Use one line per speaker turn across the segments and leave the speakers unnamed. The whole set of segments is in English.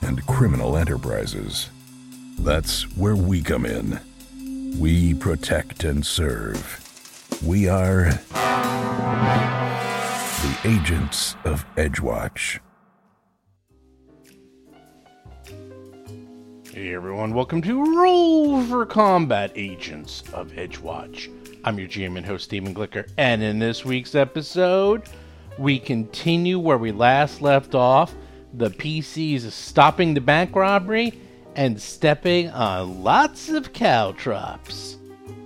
and criminal enterprises. That's where we come in. We protect and serve. We are the agents of Edgewatch.
Hey everyone, welcome to Roll for Combat Agents of Edgewatch. I'm your GM and host, Steven Glicker, and in this week's episode, we continue where we last left off. The PCs stopping the bank robbery and stepping on lots of caltrops.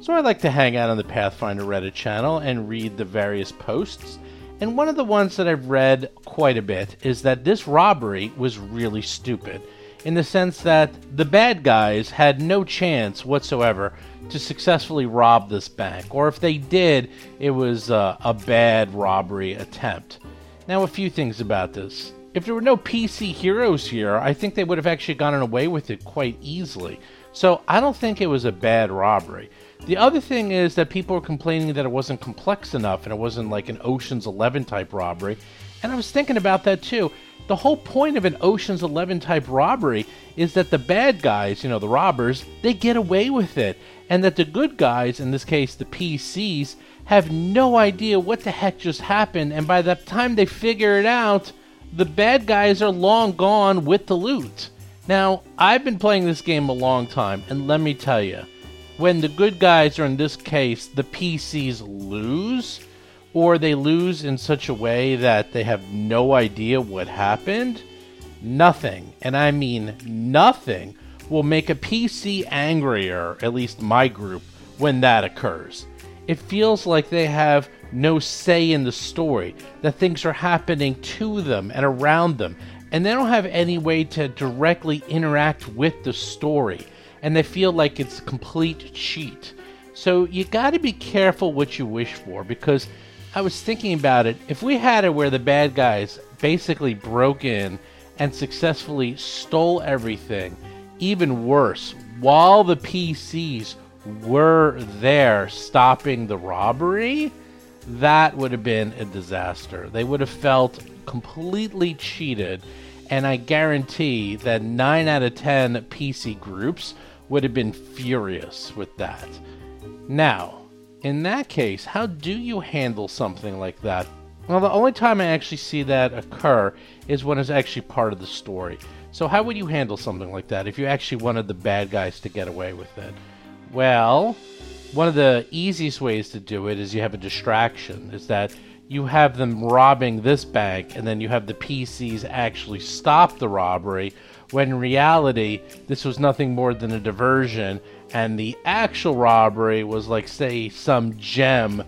So I like to hang out on the Pathfinder Reddit channel and read the various posts. And one of the ones that I've read quite a bit is that this robbery was really stupid in the sense that the bad guys had no chance whatsoever to successfully rob this bank, or if they did, it was uh, a bad robbery attempt. Now, a few things about this. If there were no PC heroes here, I think they would have actually gotten away with it quite easily. So I don't think it was a bad robbery. The other thing is that people were complaining that it wasn't complex enough and it wasn't like an Ocean's 11 type robbery. And I was thinking about that too. The whole point of an Ocean's 11 type robbery is that the bad guys, you know, the robbers, they get away with it. And that the good guys, in this case the PCs, have no idea what the heck just happened. And by the time they figure it out, the bad guys are long gone with the loot. Now, I've been playing this game a long time, and let me tell you, when the good guys are in this case, the PCs lose, or they lose in such a way that they have no idea what happened, nothing, and I mean nothing, will make a PC angrier, at least my group, when that occurs. It feels like they have no say in the story, that things are happening to them and around them, and they don't have any way to directly interact with the story, and they feel like it's complete cheat. So you got to be careful what you wish for because I was thinking about it. If we had it where the bad guys basically broke in and successfully stole everything, even worse, while the PCs were there stopping the robbery, that would have been a disaster. They would have felt completely cheated, and I guarantee that 9 out of 10 PC groups would have been furious with that. Now, in that case, how do you handle something like that? Well, the only time I actually see that occur is when it's actually part of the story. So, how would you handle something like that if you actually wanted the bad guys to get away with it? Well, one of the easiest ways to do it is you have a distraction is that you have them robbing this bank and then you have the pcs actually stop the robbery when in reality this was nothing more than a diversion and the actual robbery was like say some gem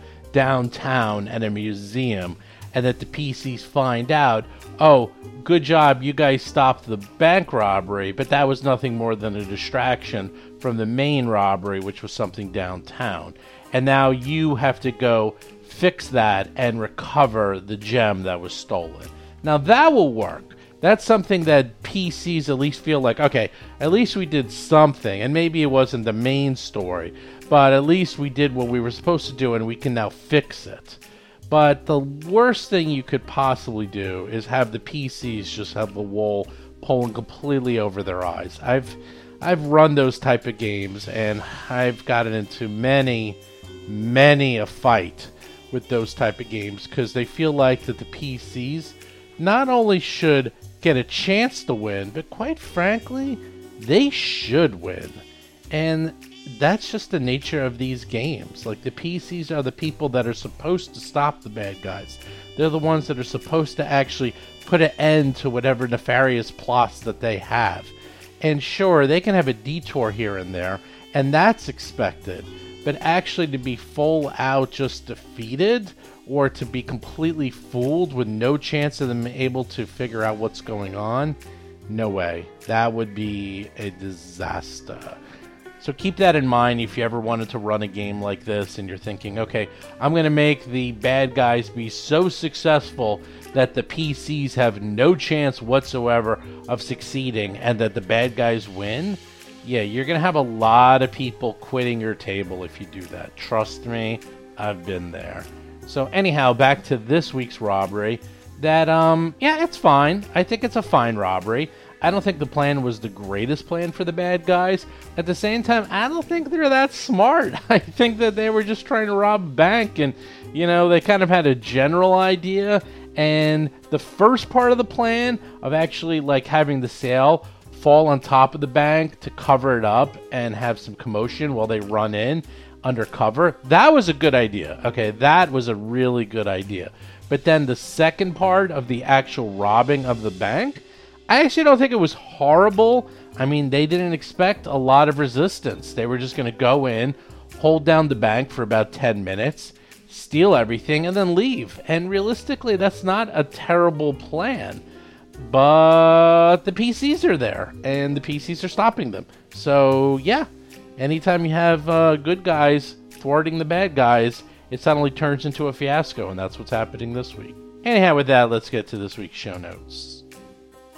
downtown at a museum and that the pcs find out oh good job you guys stopped the bank robbery but that was nothing more than a distraction from the main robbery which was something downtown and now you have to go fix that and recover the gem that was stolen. Now that will work. That's something that PCs at least feel like, okay, at least we did something. And maybe it wasn't the main story, but at least we did what we were supposed to do and we can now fix it. But the worst thing you could possibly do is have the PCs just have the wool pulling completely over their eyes. I've I've run those type of games and I've gotten into many many a fight with those type of games because they feel like that the PCs not only should get a chance to win, but quite frankly, they should win. And that's just the nature of these games. Like the PCs are the people that are supposed to stop the bad guys. They're the ones that are supposed to actually put an end to whatever nefarious plots that they have. And sure, they can have a detour here and there, and that's expected but actually to be full out just defeated or to be completely fooled with no chance of them able to figure out what's going on No way. That would be a disaster. So keep that in mind if you ever wanted to run a game like this and you're thinking, okay, I'm going to make the bad guys be so successful that the PCs have no chance whatsoever of succeeding and that the bad guys win. Yeah, you're going to have a lot of people quitting your table if you do that. Trust me, I've been there. So anyhow, back to this week's robbery that um yeah it's fine i think it's a fine robbery i don't think the plan was the greatest plan for the bad guys at the same time i don't think they're that smart i think that they were just trying to rob a bank and you know they kind of had a general idea and the first part of the plan of actually like having the sale fall on top of the bank to cover it up and have some commotion while they run in undercover that was a good idea okay that was a really good idea but then the second part of the actual robbing of the bank, I actually don't think it was horrible. I mean, they didn't expect a lot of resistance. They were just going to go in, hold down the bank for about 10 minutes, steal everything, and then leave. And realistically, that's not a terrible plan. But the PCs are there, and the PCs are stopping them. So, yeah, anytime you have uh, good guys thwarting the bad guys, it suddenly turns into a fiasco, and that's what's happening this week. Anyhow, with that, let's get to this week's show notes.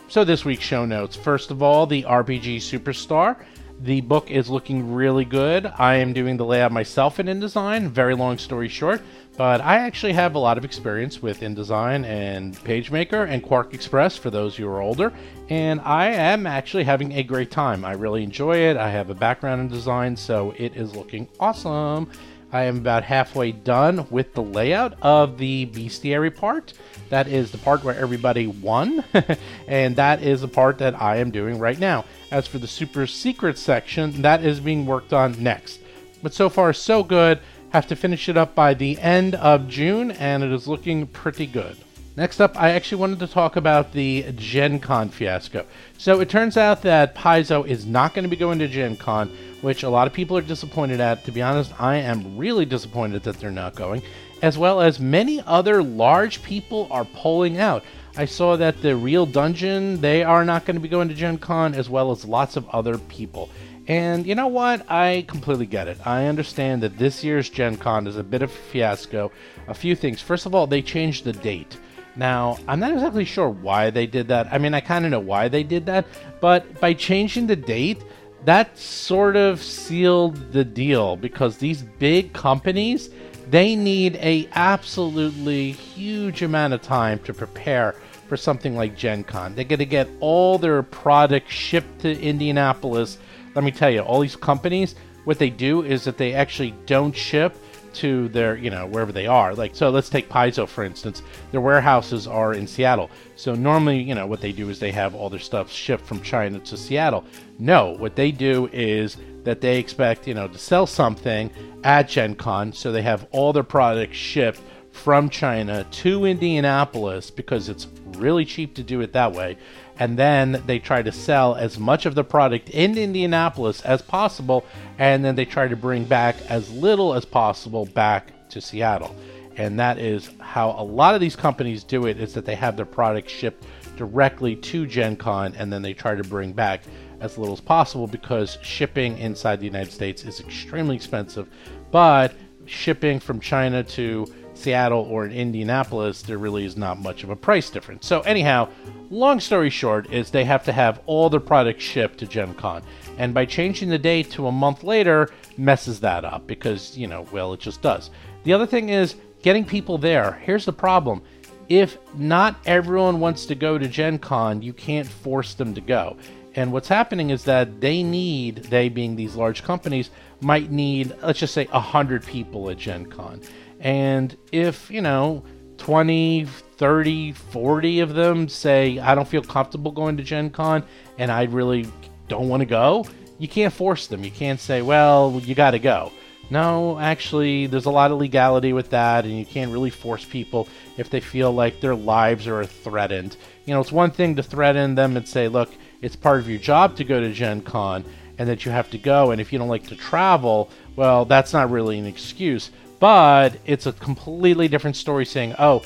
So, this week's show notes first of all, the RPG Superstar. The book is looking really good. I am doing the layout myself in InDesign, very long story short, but I actually have a lot of experience with InDesign and PageMaker and Quark Express for those who are older, and I am actually having a great time. I really enjoy it. I have a background in design, so it is looking awesome. I am about halfway done with the layout of the bestiary part. That is the part where everybody won, and that is the part that I am doing right now. As for the super secret section, that is being worked on next. But so far, so good. Have to finish it up by the end of June, and it is looking pretty good. Next up, I actually wanted to talk about the Gen Con fiasco. So it turns out that Paizo is not going to be going to Gen Con, which a lot of people are disappointed at. To be honest, I am really disappointed that they're not going, as well as many other large people are pulling out. I saw that the Real Dungeon, they are not going to be going to Gen Con, as well as lots of other people. And you know what? I completely get it. I understand that this year's Gen Con is a bit of a fiasco. A few things. First of all, they changed the date. Now, I'm not exactly sure why they did that. I mean, I kind of know why they did that, but by changing the date, that sort of sealed the deal because these big companies, they need a absolutely huge amount of time to prepare for something like Gen Con. They're going to get all their products shipped to Indianapolis. Let me tell you, all these companies, what they do is that they actually don't ship to their, you know, wherever they are. Like, so let's take Paizo, for instance. Their warehouses are in Seattle. So normally, you know, what they do is they have all their stuff shipped from China to Seattle. No, what they do is that they expect, you know, to sell something at Gen Con. So they have all their products shipped from China to Indianapolis because it's really cheap to do it that way. And then they try to sell as much of the product in Indianapolis as possible. And then they try to bring back as little as possible back to Seattle. And that is how a lot of these companies do it is that they have their product shipped directly to Gen Con and then they try to bring back as little as possible because shipping inside the United States is extremely expensive. But shipping from China to Seattle or in Indianapolis, there really is not much of a price difference. So, anyhow, long story short is they have to have all their products shipped to Gen Con. And by changing the date to a month later, messes that up because, you know, well, it just does. The other thing is getting people there. Here's the problem if not everyone wants to go to Gen Con, you can't force them to go. And what's happening is that they need, they being these large companies, might need, let's just say, 100 people at Gen Con. And if, you know, 20, 30, 40 of them say, I don't feel comfortable going to Gen Con and I really don't want to go, you can't force them. You can't say, well, you got to go. No, actually, there's a lot of legality with that, and you can't really force people if they feel like their lives are threatened. You know, it's one thing to threaten them and say, look, it's part of your job to go to Gen Con and that you have to go, and if you don't like to travel, well, that's not really an excuse but it's a completely different story saying, oh,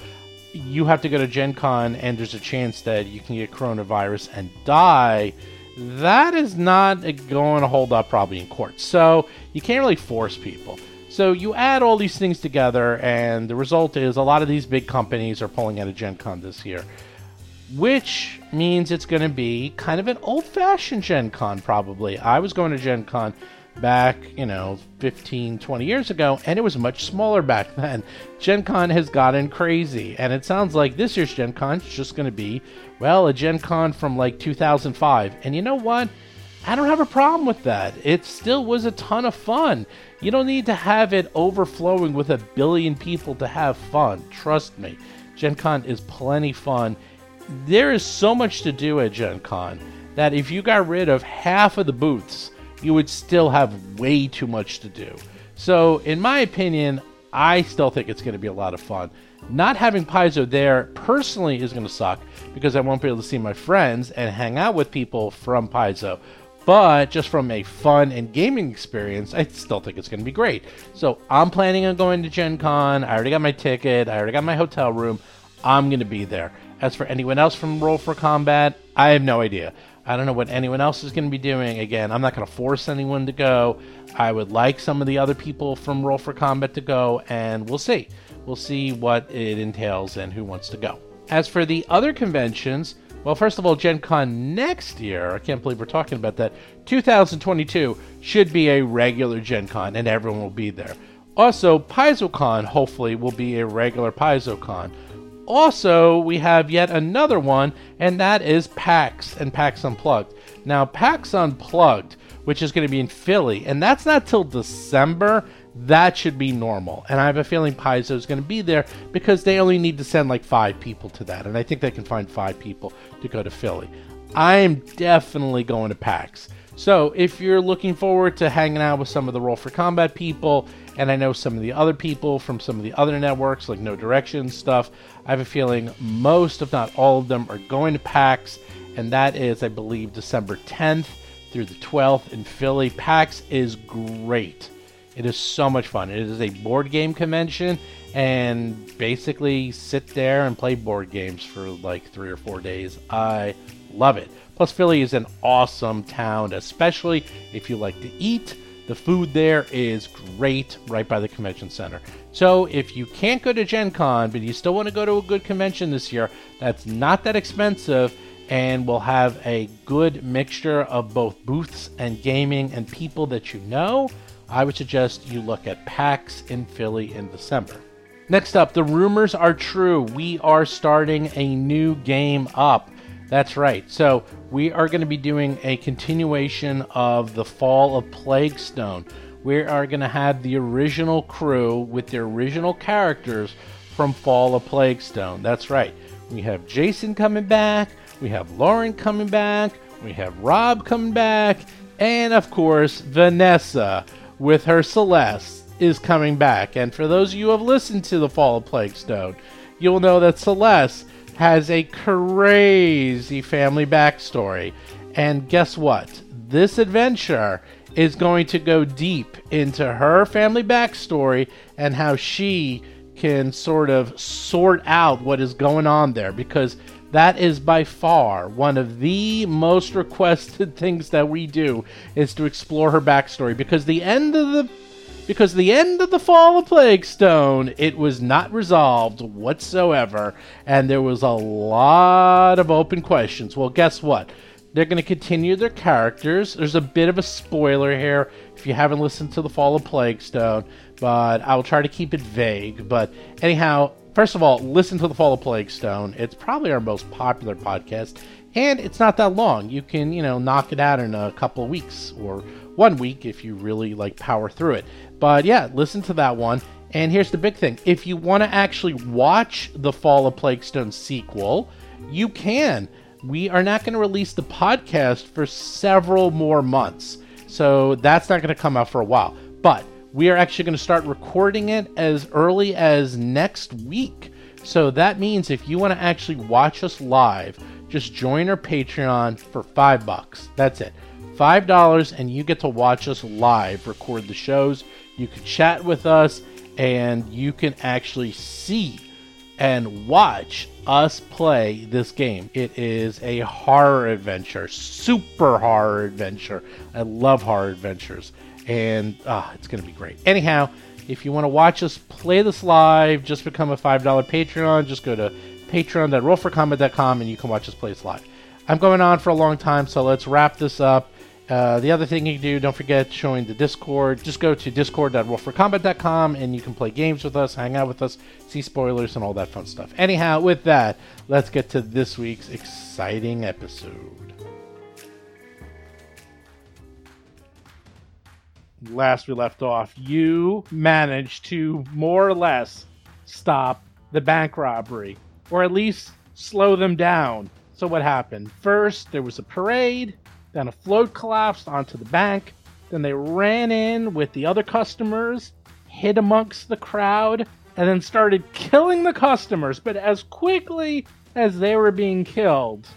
you have to go to Gen Con and there's a chance that you can get coronavirus and die, that is not going to hold up probably in court. So you can't really force people. So you add all these things together, and the result is a lot of these big companies are pulling out of Gen Con this year which means it's going to be kind of an old fashioned Gen Con, probably. I was going to Gen Con back, you know, 15, 20 years ago, and it was much smaller back then. Gen Con has gotten crazy, and it sounds like this year's Gen Con is just going to be, well, a Gen Con from like 2005. And you know what? I don't have a problem with that. It still was a ton of fun. You don't need to have it overflowing with a billion people to have fun. Trust me. Gen Con is plenty fun there is so much to do at Gen Con that if you got rid of half of the booths, you would still have way too much to do. So, in my opinion, I still think it's going to be a lot of fun. Not having Paizo there personally is going to suck because I won't be able to see my friends and hang out with people from Paizo. But just from a fun and gaming experience, I still think it's going to be great. So I'm planning on going to Gen Con. I already got my ticket. I already got my hotel room. I'm going to be there. As for anyone else from Roll for Combat, I have no idea. I don't know what anyone else is going to be doing. Again, I'm not going to force anyone to go. I would like some of the other people from Roll for Combat to go, and we'll see. We'll see what it entails and who wants to go. As for the other conventions, well, first of all, Gen Con next year, I can't believe we're talking about that, 2022 should be a regular Gen Con, and everyone will be there. Also, PaizoCon hopefully will be a regular PaizoCon. Also, we have yet another one, and that is PAX and PAX Unplugged. Now, PAX Unplugged, which is going to be in Philly, and that's not till December. That should be normal. And I have a feeling Paizo is going to be there because they only need to send like five people to that. And I think they can find five people to go to Philly. I'm definitely going to PAX. So if you're looking forward to hanging out with some of the Roll for Combat people, and I know some of the other people from some of the other networks like No Direction and stuff, I have a feeling most, if not all of them, are going to PAX, and that is, I believe, December 10th through the 12th in Philly. PAX is great. It is so much fun. It is a board game convention, and basically sit there and play board games for like three or four days. I love it. Plus, Philly is an awesome town, especially if you like to eat. The food there is great right by the convention center. So, if you can't go to Gen Con, but you still want to go to a good convention this year, that's not that expensive and we'll have a good mixture of both booths and gaming and people that you know, I would suggest you look at PAX in Philly in December. Next up, the rumors are true. We are starting a new game up. That's right. So, we are going to be doing a continuation of the Fall of Plague Stone. We are going to have the original crew with the original characters from Fall of Plague Stone. That's right. We have Jason coming back. We have Lauren coming back. We have Rob coming back. And of course, Vanessa with her Celeste is coming back. And for those of you who have listened to The Fall of Plague Stone, you'll know that Celeste has a crazy family backstory. And guess what? This adventure is going to go deep into her family backstory and how she can sort of sort out what is going on there because that is by far one of the most requested things that we do is to explore her backstory because the end of the because the end of the fall of plague stone it was not resolved whatsoever and there was a lot of open questions well guess what they're going to continue their characters. There's a bit of a spoiler here if you haven't listened to The Fall of Plague Stone, but I will try to keep it vague. But anyhow, first of all, listen to The Fall of Plague Stone. It's probably our most popular podcast, and it's not that long. You can, you know, knock it out in a couple of weeks or one week if you really like power through it. But yeah, listen to that one. And here's the big thing if you want to actually watch The Fall of Plague Stone sequel, you can we are not going to release the podcast for several more months. So that's not going to come out for a while. But we are actually going to start recording it as early as next week. So that means if you want to actually watch us live, just join our Patreon for five bucks. That's it. Five dollars, and you get to watch us live record the shows. You can chat with us, and you can actually see and watch us play this game. It is a horror adventure, super horror adventure. I love horror adventures, and ah, it's going to be great. Anyhow, if you want to watch us play this live, just become a $5 Patreon. Just go to patreon.rollforcombat.com and you can watch us play this live. I'm going on for a long time, so let's wrap this up. Uh, the other thing you can do, don't forget to join the Discord. Just go to discord.wolfforcombat.com and you can play games with us, hang out with us, see spoilers, and all that fun stuff. Anyhow, with that, let's get to this week's exciting episode. Last we left off, you managed to more or less stop the bank robbery, or at least slow them down. So, what happened? First, there was a parade. Then a float collapsed onto the bank. Then they ran in with the other customers, hid amongst the crowd, and then started killing the customers. But as quickly as they were being killed,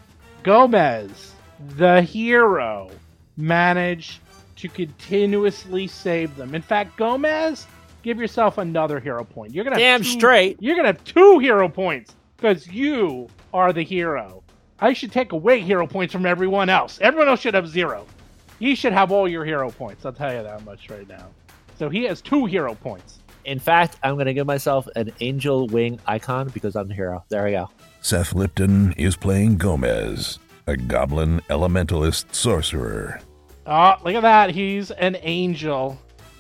Gomez, the hero, managed to continuously save them. In fact, Gomez, give yourself another hero point. You're gonna have
Damn
two-
straight.
You're gonna have two hero points because you are the hero. I should take away hero points from everyone else. Everyone else should have zero. You should have all your hero points. I'll tell you that much right now. So he has two hero points.
In fact, I'm going to give myself an angel wing icon because I'm the hero. There we go.
Seth Lipton is playing Gomez, a goblin elementalist sorcerer.
Oh, look at that. He's an angel.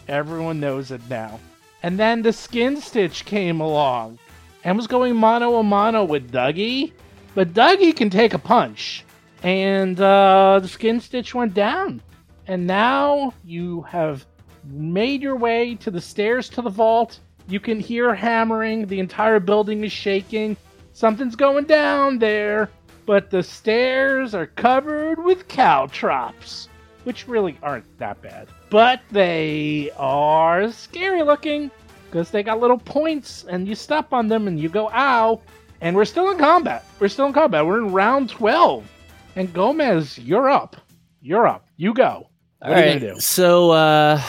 Everyone knows it now. And then the skin stitch came along and was going mono a mono with Dougie. But Dougie can take a punch. And uh, the skin stitch went down. And now you have made your way to the stairs to the vault. You can hear hammering. The entire building is shaking. Something's going down there. But the stairs are covered with caltrops which really aren't that bad. But they are scary looking because they got little points, and you step on them and you go, ow. And we're still in combat. We're still in combat. We're in round 12. And Gomez, you're up. You're up. You go. What are you going to do?
So uh,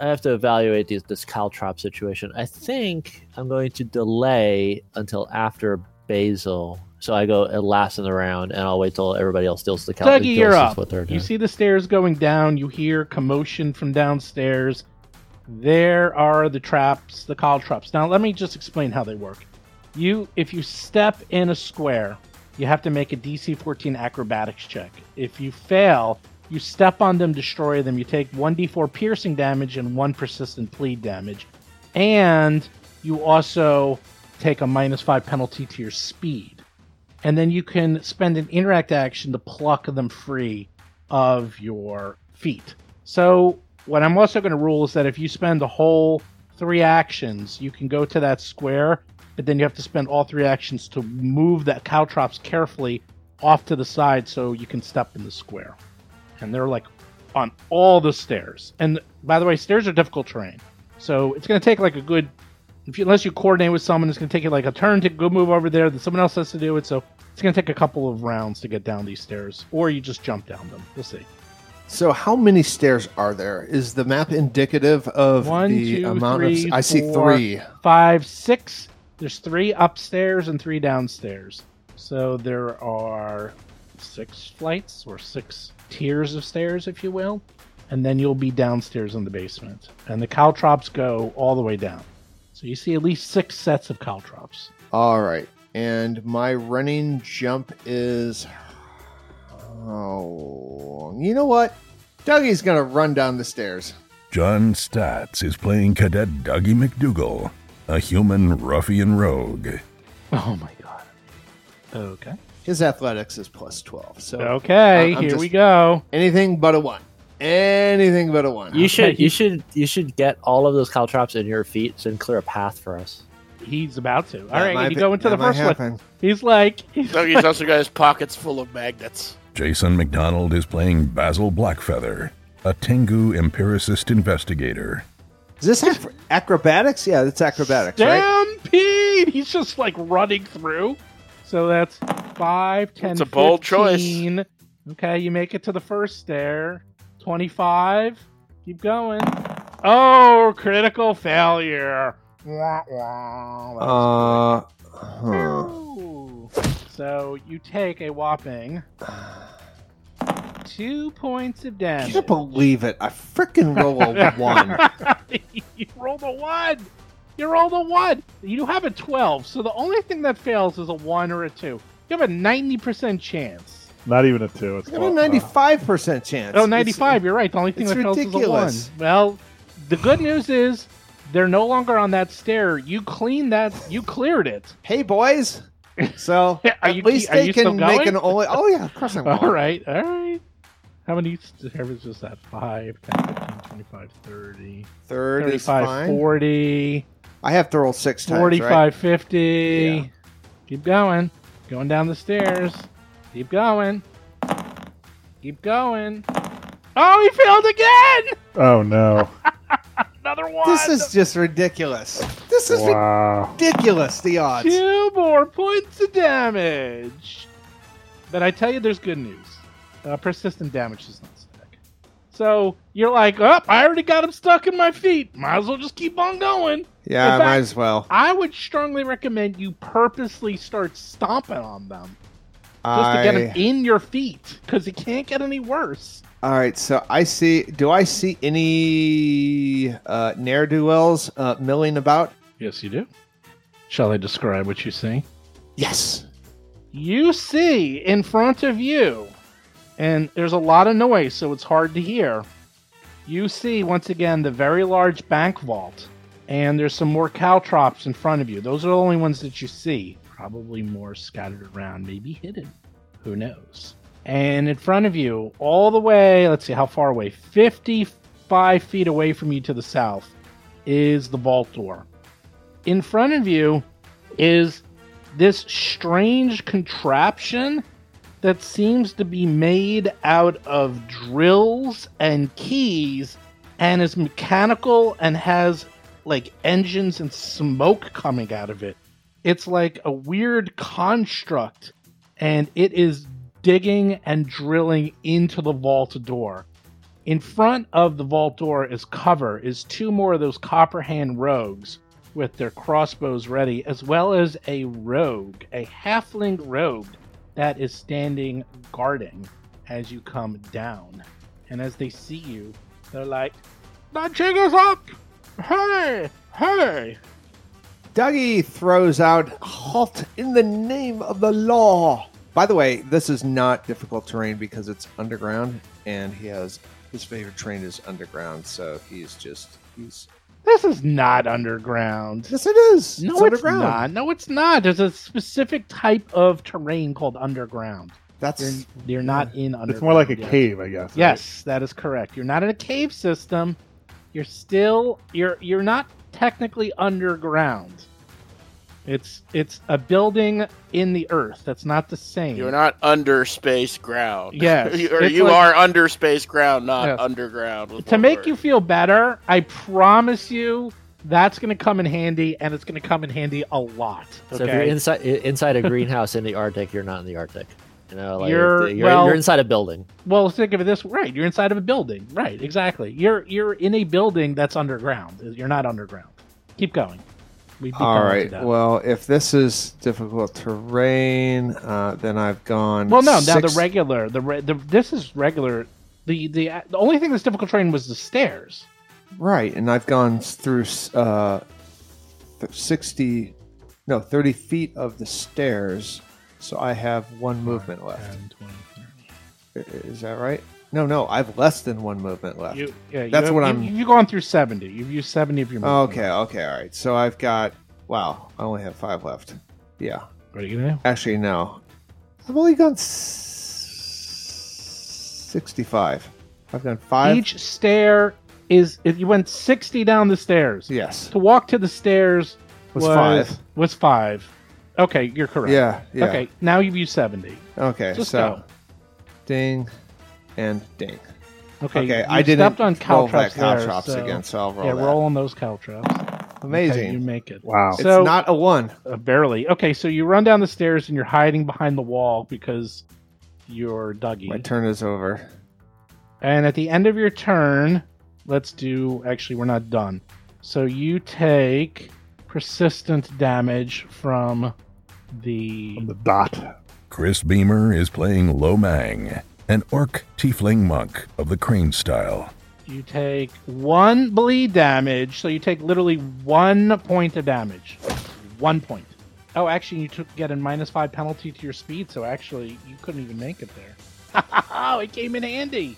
I have to evaluate these, this caltrop situation. I think I'm going to delay until after Basil. So I go at last in the round, and I'll wait till everybody else steals the caltrop.
Dougie, you're up. You see the stairs going down. You hear commotion from downstairs. There are the traps, the call traps. Now, let me just explain how they work. You, if you step in a square, you have to make a DC 14 acrobatics check. If you fail, you step on them, destroy them. You take 1d4 piercing damage and 1 persistent bleed damage. And you also take a minus 5 penalty to your speed and then you can spend an interact action to pluck them free of your feet. So, what I'm also going to rule is that if you spend the whole three actions, you can go to that square, but then you have to spend all three actions to move that caltrops carefully off to the side so you can step in the square. And they're like on all the stairs. And by the way, stairs are difficult terrain. So, it's going to take like a good if you, unless you coordinate with someone, it's going to take you like a turn to go move over there. Then someone else has to do it. So it's going to take a couple of rounds to get down these stairs, or you just jump down them. We'll see.
So, how many stairs are there? Is the map indicative of
One,
the
two,
amount of?
three,
I see
four.
three.
Five, six. There's three upstairs and three downstairs. So there are six flights or six tiers of stairs, if you will. And then you'll be downstairs in the basement. And the caltrops go all the way down. So you see at least six sets of caltrops.
All right, and my running jump is. Oh, you know what? Dougie's gonna run down the stairs.
John Statz is playing Cadet Dougie McDougal, a human ruffian rogue.
Oh my god. Okay.
His athletics is plus twelve, so
Okay,
I- I'm
here
just-
we go.
anything but a one. Anything but a one.
You should,
Okay.
you should, you should get all of those caltrops in your feet and clear a path for us.
He's about to. All
That
right,
might
you
be-
go into
that
the
might
first one.
happen.
He's like, he's
No, he's also got his pockets full of magnets.
Jason McDonald is playing Basil Blackfeather, a Tengu empiricist investigator.
Is this ac- acrobatics? Yeah, that's acrobatics, right?
stampede. He's just like running through. So that's five, ten.
It's a bold choice.
15. Okay, you make it to the first stair. Twenty-five. Keep going.
Uh-huh.
Oh, critical failure. Wah, wah.
Uh, Huh.
Ooh. So you take a whopping two points of
I
damage.
can't believe it. I freaking roll a one.
you rolled a one. You rolled a one. You do have a twelve, so the only thing that fails is a one or a two. You have a ninety percent chance.
Not even a two. It's
I got a
close.
ninety-five percent chance.
oh, 95, You're right. The only thing
it's
that fails is a one.
ridiculous.
Well, the good news is they're no longer on that stair. You cleaned that. You cleared it.
Hey, boys. So
Are
at
you-
least
are
they
you still
can make
going?
an only. Oh yeah, of course I'm.
All
going.
right, all right. How many servers is that? 5, 10, 15, 25, 30,
Third is
35,
fine.
40,
I have to roll six times.
45,
Right?
50.
Yeah.
Keep going. Going down the stairs. Keep going. Keep going. Oh, he failed again!
Oh no!
Another one!
This is just ridiculous. This is
Wow.
ridiculous. The odds.
Two more points of damage. But I tell you, there's good news. Uh, persistent damage does not stack. So you're like, oh, I already got him stuck in my feet. Might as well just keep on going.
Yeah,
In
I
fact-
might as well.
I would strongly recommend you purposely start stomping on them just
I,
to get him in your feet because it can't get any worse.
All right, so I see. Do I see any uh, ne'er do wells uh, milling about?
Yes, you do. Shall I describe what you see?
Yes.
you see in front of you, and there's a lot of noise, so it's hard to hear. You see once again the very large bank vault, and there's some more caltrops in front of you. Those are the only ones that you see. Probably more scattered around, maybe hidden. Who knows? And in front of you, all the way, let's see how far away, 55 feet away from you to the south, is the vault door. In front of you is this strange contraption that seems to be made out of drills and keys and is mechanical and has like engines and smoke coming out of it. It's like a weird construct and it is digging and drilling into the vault door. In front of the vault door is cover is two more of those copper hand rogues with their crossbows ready, as well as a rogue, a halfling rogue that is standing guarding as you come down. And as they see you, they're like, The jig is up! Hey! Hey!
Dougie throws out halt in the name of the law. By the way, this is not difficult terrain because it's underground, and he has his favorite terrain is underground. So he's just he's
This is not underground.
yes, it is.
No,
it's
it's,
underground.
not. No, it's not. There's a specific type of terrain called underground.
That's
You're, you're not in underground.
It's more like a
yet.
cave, I guess. right?
Yes, that is correct. You're not in a cave system. You're still you're you're not technically underground. It's it's a building in the earth. That's not the same.
You're not under space ground.
Yes,
You- or
it's
you
like-
are under space ground, not
Yes.
underground. was
to
one
make
word.
you feel better, I promise you that's going to come in handy and it's going to come in handy a lot.
So if you're
Okay.
inside i- inside a greenhouse in the Arctic, you're not in the Arctic. You know, like
You're-
you're, you're,
well-
you're inside a building.
well, think of it this right. You're inside of a building. Right, exactly. You're you're in a building that's underground. You're not underground. Keep going. We've
All right.
Well,
Well, if this is difficult terrain, uh, then I've gone.
Well, no, now the
six-
regular, the, re- the this is regular. The, the the only thing that's difficult train was the stairs.
right, and I've gone through uh, th- sixty, no, thirty feet of the stairs. So I have one movement left. I- Is that right? No, no, I've less than one movement left.
You, yeah, you-
That's what
you-
I'm-
You've gone through seventy. You've used seventy of your. movement.
okay, okay, all right. So I've got. Wow, I only have five left. Yeah,
What are you gonna
actually, no, I've only gone s- sixty-five. I've gone
do?
five.
Each stair is if you went sixty down the stairs.
Yes.
To walk to the stairs
Was five.
Was five. Okay, you're correct.
Yeah. Yeah. Okay.
Okay, now you've used seventy.
Okay.
Just
so
go.
ding and ding.
Okay.
Okay.
you-
I
you
didn't
stepped on
roll that
caltrops there,
caltrops
so-
again, so I'll roll
yeah,
that.
roll on those caltrops.
Amazing.
Okay, you make it.
Wow.
it's
So-
not a one.
Uh, barely. Okay, so you run down the stairs and you're hiding behind the wall because you're Dougie.
My turn is over.
And at the end of your turn, let's do. Actually, we're not done. So you take persistent damage from
the
on the dot.
Chris Beamer is playing Lomang, an orc tiefling monk of the crane style.
You take one bleed damage, so you take literally one point of damage. One point. Oh, actually, you took get a minus five penalty to your speed, so actually you couldn't even make it there. Oh, it came in handy.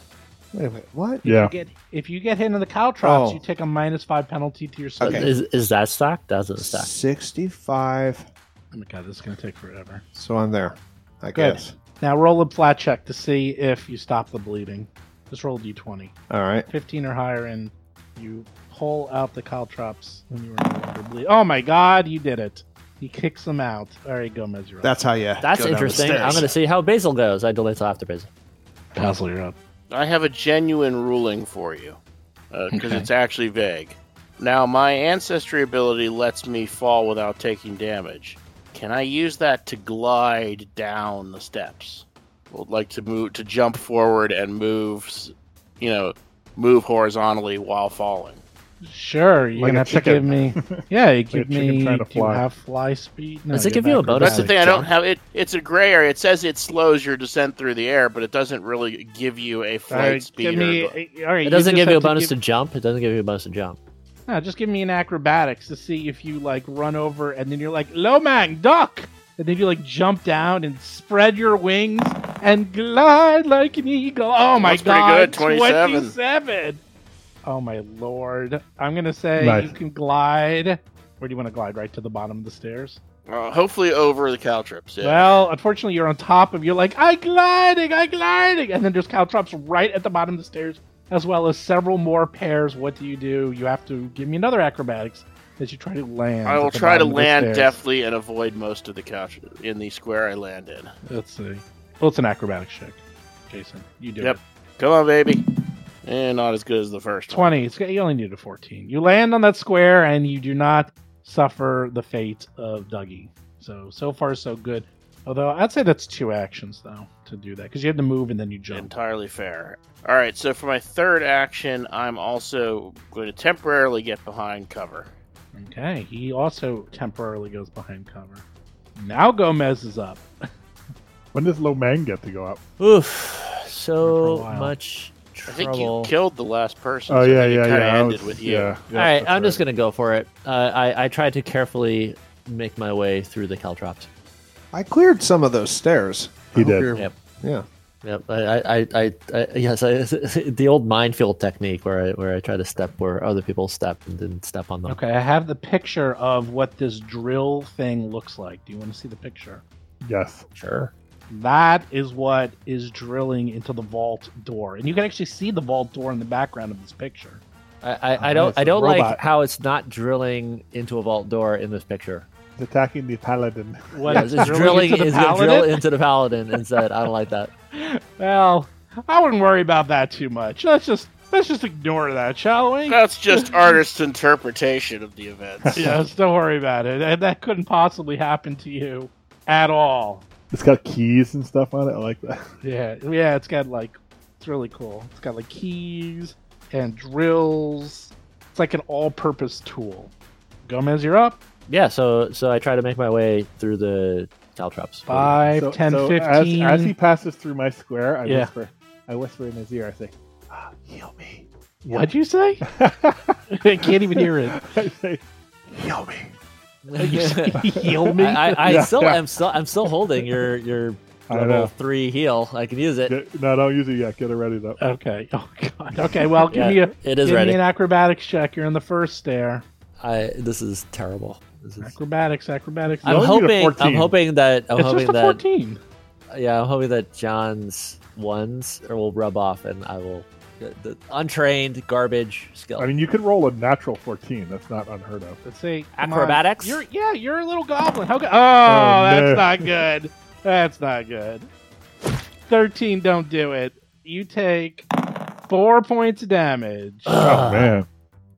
Wait, wait, what?
Yeah.
You get, if you get hit in the caltrops,
Oh.
you take a minus five penalty to your speed.
Okay.
Uh, Is, is that stock? Doesn't stock.
65.
Oh my god, this is gonna take forever.
So I'm there, I
Good.
guess.
Now roll a flat check to see if you stop the bleeding. Just roll a d20.
All right.
15 or higher, and you pull out the caltrops when you were no longer bleeding. Oh my god, you did it. He kicks them out. All right, Gomez, you're up.
That's how you.
That's
go down the
interesting. I'm
stairs.
going to see how Basil goes. I delay till after Basil.
Basil, you're up.
I have a genuine ruling for you because
Okay.
it's actually vague. Now, my ancestry ability lets me fall without taking damage. Can I use that to glide down the steps? I would like to move to jump forward and move, s- you know, move horizontally while falling.
Sure, you're
Like
gonna
a
have to
chicken.
give me. Yeah, you give
a chicken
me.
trying to
Do you
fly.
have fly speed? No,
Does it
you
give
have
you a bonus?
acrobatics.
That's the thing. I
jump.
don't have it. It's a gray area. It says it slows your descent through the air, but it doesn't really give you a
All
flight
right,
speed.
give
or
me.
gl-
all right,
It doesn't
just
give
have
you a bonus
give-
to jump. It doesn't give you a bonus to jump.
No, just give me an acrobatics to see if you like run over and then you're like, Lomang, duck! And then you like jump down and spread your wings and glide like an eagle. Oh my
That's pretty
god,
good, 27.
27. Oh my lord. I'm gonna say
Nice.
you can glide. Where do you want to glide? Right to the bottom of the stairs?
uh, hopefully over the caltrips. Yeah.
Well, unfortunately, you're on top of. You're like, I gliding, I gliding, and then there's caltrops right at the bottom of the stairs, as well as several more pairs. What do you do? You have to give me another acrobatics as you try to land.
I
at
will
the
try to
bottom of the
land
stairs.
deftly and avoid most of the couch in the square I land in.
Let's see. Well, it's an acrobatics check, Jason. You do
Yep.
it.
Come on, baby. And not as good as the first one.
Twenty. It's got, you only need a fourteen. You land on that square, and you do not suffer the fate of Dougie. So so far so good. Although I'd say that's two actions though to do that because you had to move and then you jump.
Entirely fair. All right, so for my third action, I'm also going to temporarily get behind cover.
Okay, he also temporarily goes behind cover. Now Gomez is up.
When does Lomang get to go up?
Oof.
For a
So
while.
much
I
trouble.
think you killed the last person. so
Oh
I
yeah,
think it
yeah, yeah.
kinda
I
ended
was-
with you.
Yeah, yeah,
All right,
that's
I'm just
right.
going to go for it. Uh, I, I tried to carefully make my way through the caltrops.
I cleared some of those stairs.
He
I hope
did.
you're-
Yep.
Yeah.
Yep, I, I, I, I, I yes, I, the old minefield technique where I, where I try to step where other people step and didn't step on them.
Okay, I have the picture of what this drill thing looks like. Do you want to see the picture?
Yes.
Sure.
That is what is drilling into the vault door. And you can actually see the vault door in the background of this picture.
I, I,
Oh,
I don't,
it's
I
a
don't
robot.
like how it's not drilling into a vault door in this picture.
It's attacking the paladin.
What
Yes, it's drilling,
into the
is going to drill
paladin?
into the paladin instead. I don't like that.
Well, I wouldn't worry about that too much. Let's just let's just ignore that, shall we?
That's just artist's interpretation of the events.
yes, don't worry about it. That- That couldn't possibly happen to you at all.
It's got keys and stuff on it. I like that.
Yeah, yeah, it's got like it's really cool. It's got like keys and drills. It's like an all-purpose tool. Gomez, you're up.
Yeah, so, so I try to make my way through the caltrops.
So-
Five, ten,
so
fifteen.
as- As, he passes through my square, I
Yeah.
whisper. I whisper in his ear. I say, "Ah, "Heal me."
What'd you say? I can't even hear it.
I say, "Heal me."
Heal me.
I, I, I
Yeah.
still, I'm still, I'm still holding your, your
I
level
know.
three heal. I can use it.
Get, no, don't use it yet. Get it ready though.
okay. Oh god. Okay. Well, give
Yeah,
me a
it is
give
ready.
me an acrobatics check. You're in the first stair.
I, this is terrible. This is,
Acrobatics, acrobatics.
I'm
only need a
hoping, I'm
14.
hoping that, I'm
it's
hoping
just a
that,
14.
yeah, I'm hoping that John's ones or will rub off, and I will the, the untrained garbage skill.
I mean, you could roll a natural fourteen. That's not unheard of.
Let's see. Come on.
Acrobatics.
You're yeah, you're a little goblin. How go- oh,
no.
that's not good. That's not good. Thirteen, don't do it. You take four points of damage.
Ugh.
Oh man,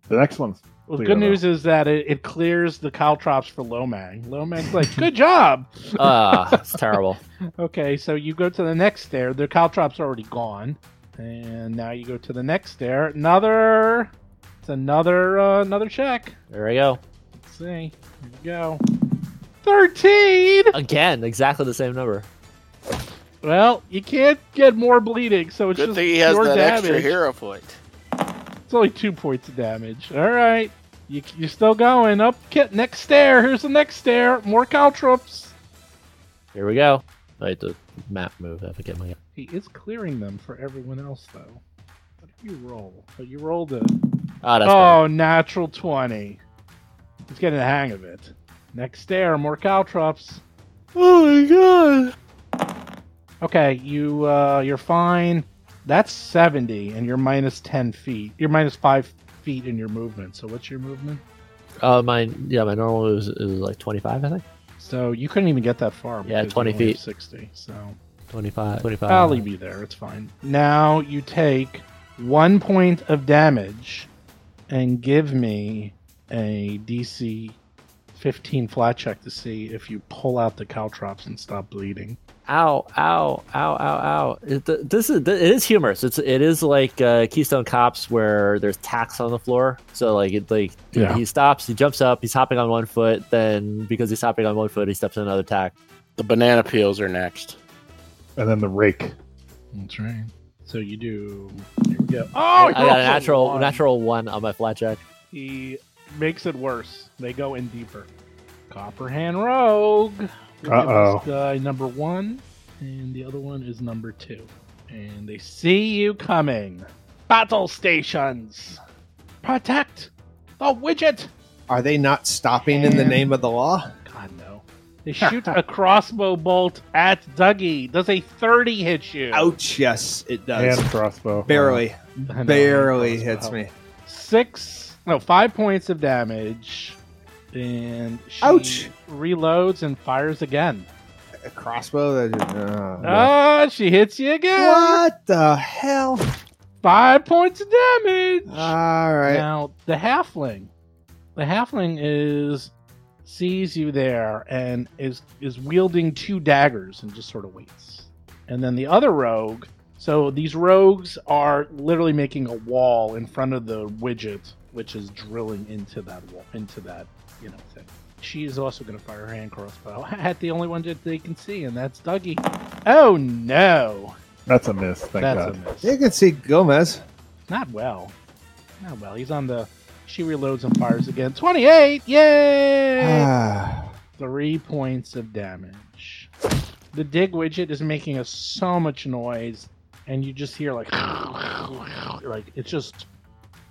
the next one's
Well, the
Clear
good
though.
news is that it, it clears the caltrops for Lomang. Lomang's like, good job.
Ah, it's terrible.
Okay, so you go to the next stair. The caltrops are already gone, and now you go to the next stair. Another, it's another uh, another check.
There we go.
Let's see. Here we go. Thirteen.
Again, exactly the same number.
Well, you can't get more bleeding, so it's
Good
just
thing he has
pure
that
damage.
extra hero point.
It's only two points of damage. All right, you, you're still going up. Kit, next stair. Here's the next stair. More caltrops.
Here we go. Wait, the map move. I forget my.
He is clearing them for everyone else, though. What did you roll? But you rolled a
Oh, that's better.
oh natural twenty. He's getting the hang of it. Next stair. More caltrops.
Oh my god!
Okay, you uh, you're fine. That's seventy, and you're minus ten feet. You're minus five feet in your movement. So what's your movement?
Oh, my yeah, my normal was, it was like 25, I think.
So you couldn't even get that far.
Yeah,
because you
20
only have
feet. Uh,
Sixty. So
25, 25.
I'll leave you there. It's fine. Now you take one point of damage, and give me a DC fifteen flat check to see if you pull out the caltrops and stop bleeding.
Ow, ow, ow, ow, ow. It, th- this is th- it is humorous. It's it is like uh, Keystone Cops where there's tacks on the floor. So like it like
Yeah.
he stops, he jumps up, he's hopping on one foot. Then because he's hopping on one foot, he steps on another tack.
The banana peels are next.
And then the rake.
That's right. So you do. Here we go. Oh,
I
you're
got a
also
natural
one.
natural one on my flat check.
He makes it worse. They go in deeper. Copperhand Rogue. We'll give
Uh-oh.
this Guy number one, and the other one is number two. And they see you coming. Battle stations. Protect the widget.
Are they not stopping in the name of the law?
God no. They shoot a crossbow bolt at Dougie. Does a thirty hit you?
Ouch! Yes, it does.
And crossbow.
uh,
barely,
I know,
barely
crossbow.
Oh.
hits me.
six no five points of damage and she
Ouch.
reloads and fires again
A crossbow. That just, uh,
Oh.
ah she hits you again
What the hell?
five points of damage
All right.
now the halfling the halfling is sees you there and is is wielding two daggers and just sort of waits and then the other rogue so these rogues are literally making a wall in front of the widget which is drilling into that wall into that you know thing she is also going to fire her hand crossbow at the only one that they can see and that's dougie oh no
That's a miss. Thank
that's a
God.
miss
You can see Gomez.
not well. Not well. He's on the. She reloads and fires again. 28! Yay!
Ah,
Three points of damage. The dig widget is making us so much noise, and you just hear like. Like, it's just.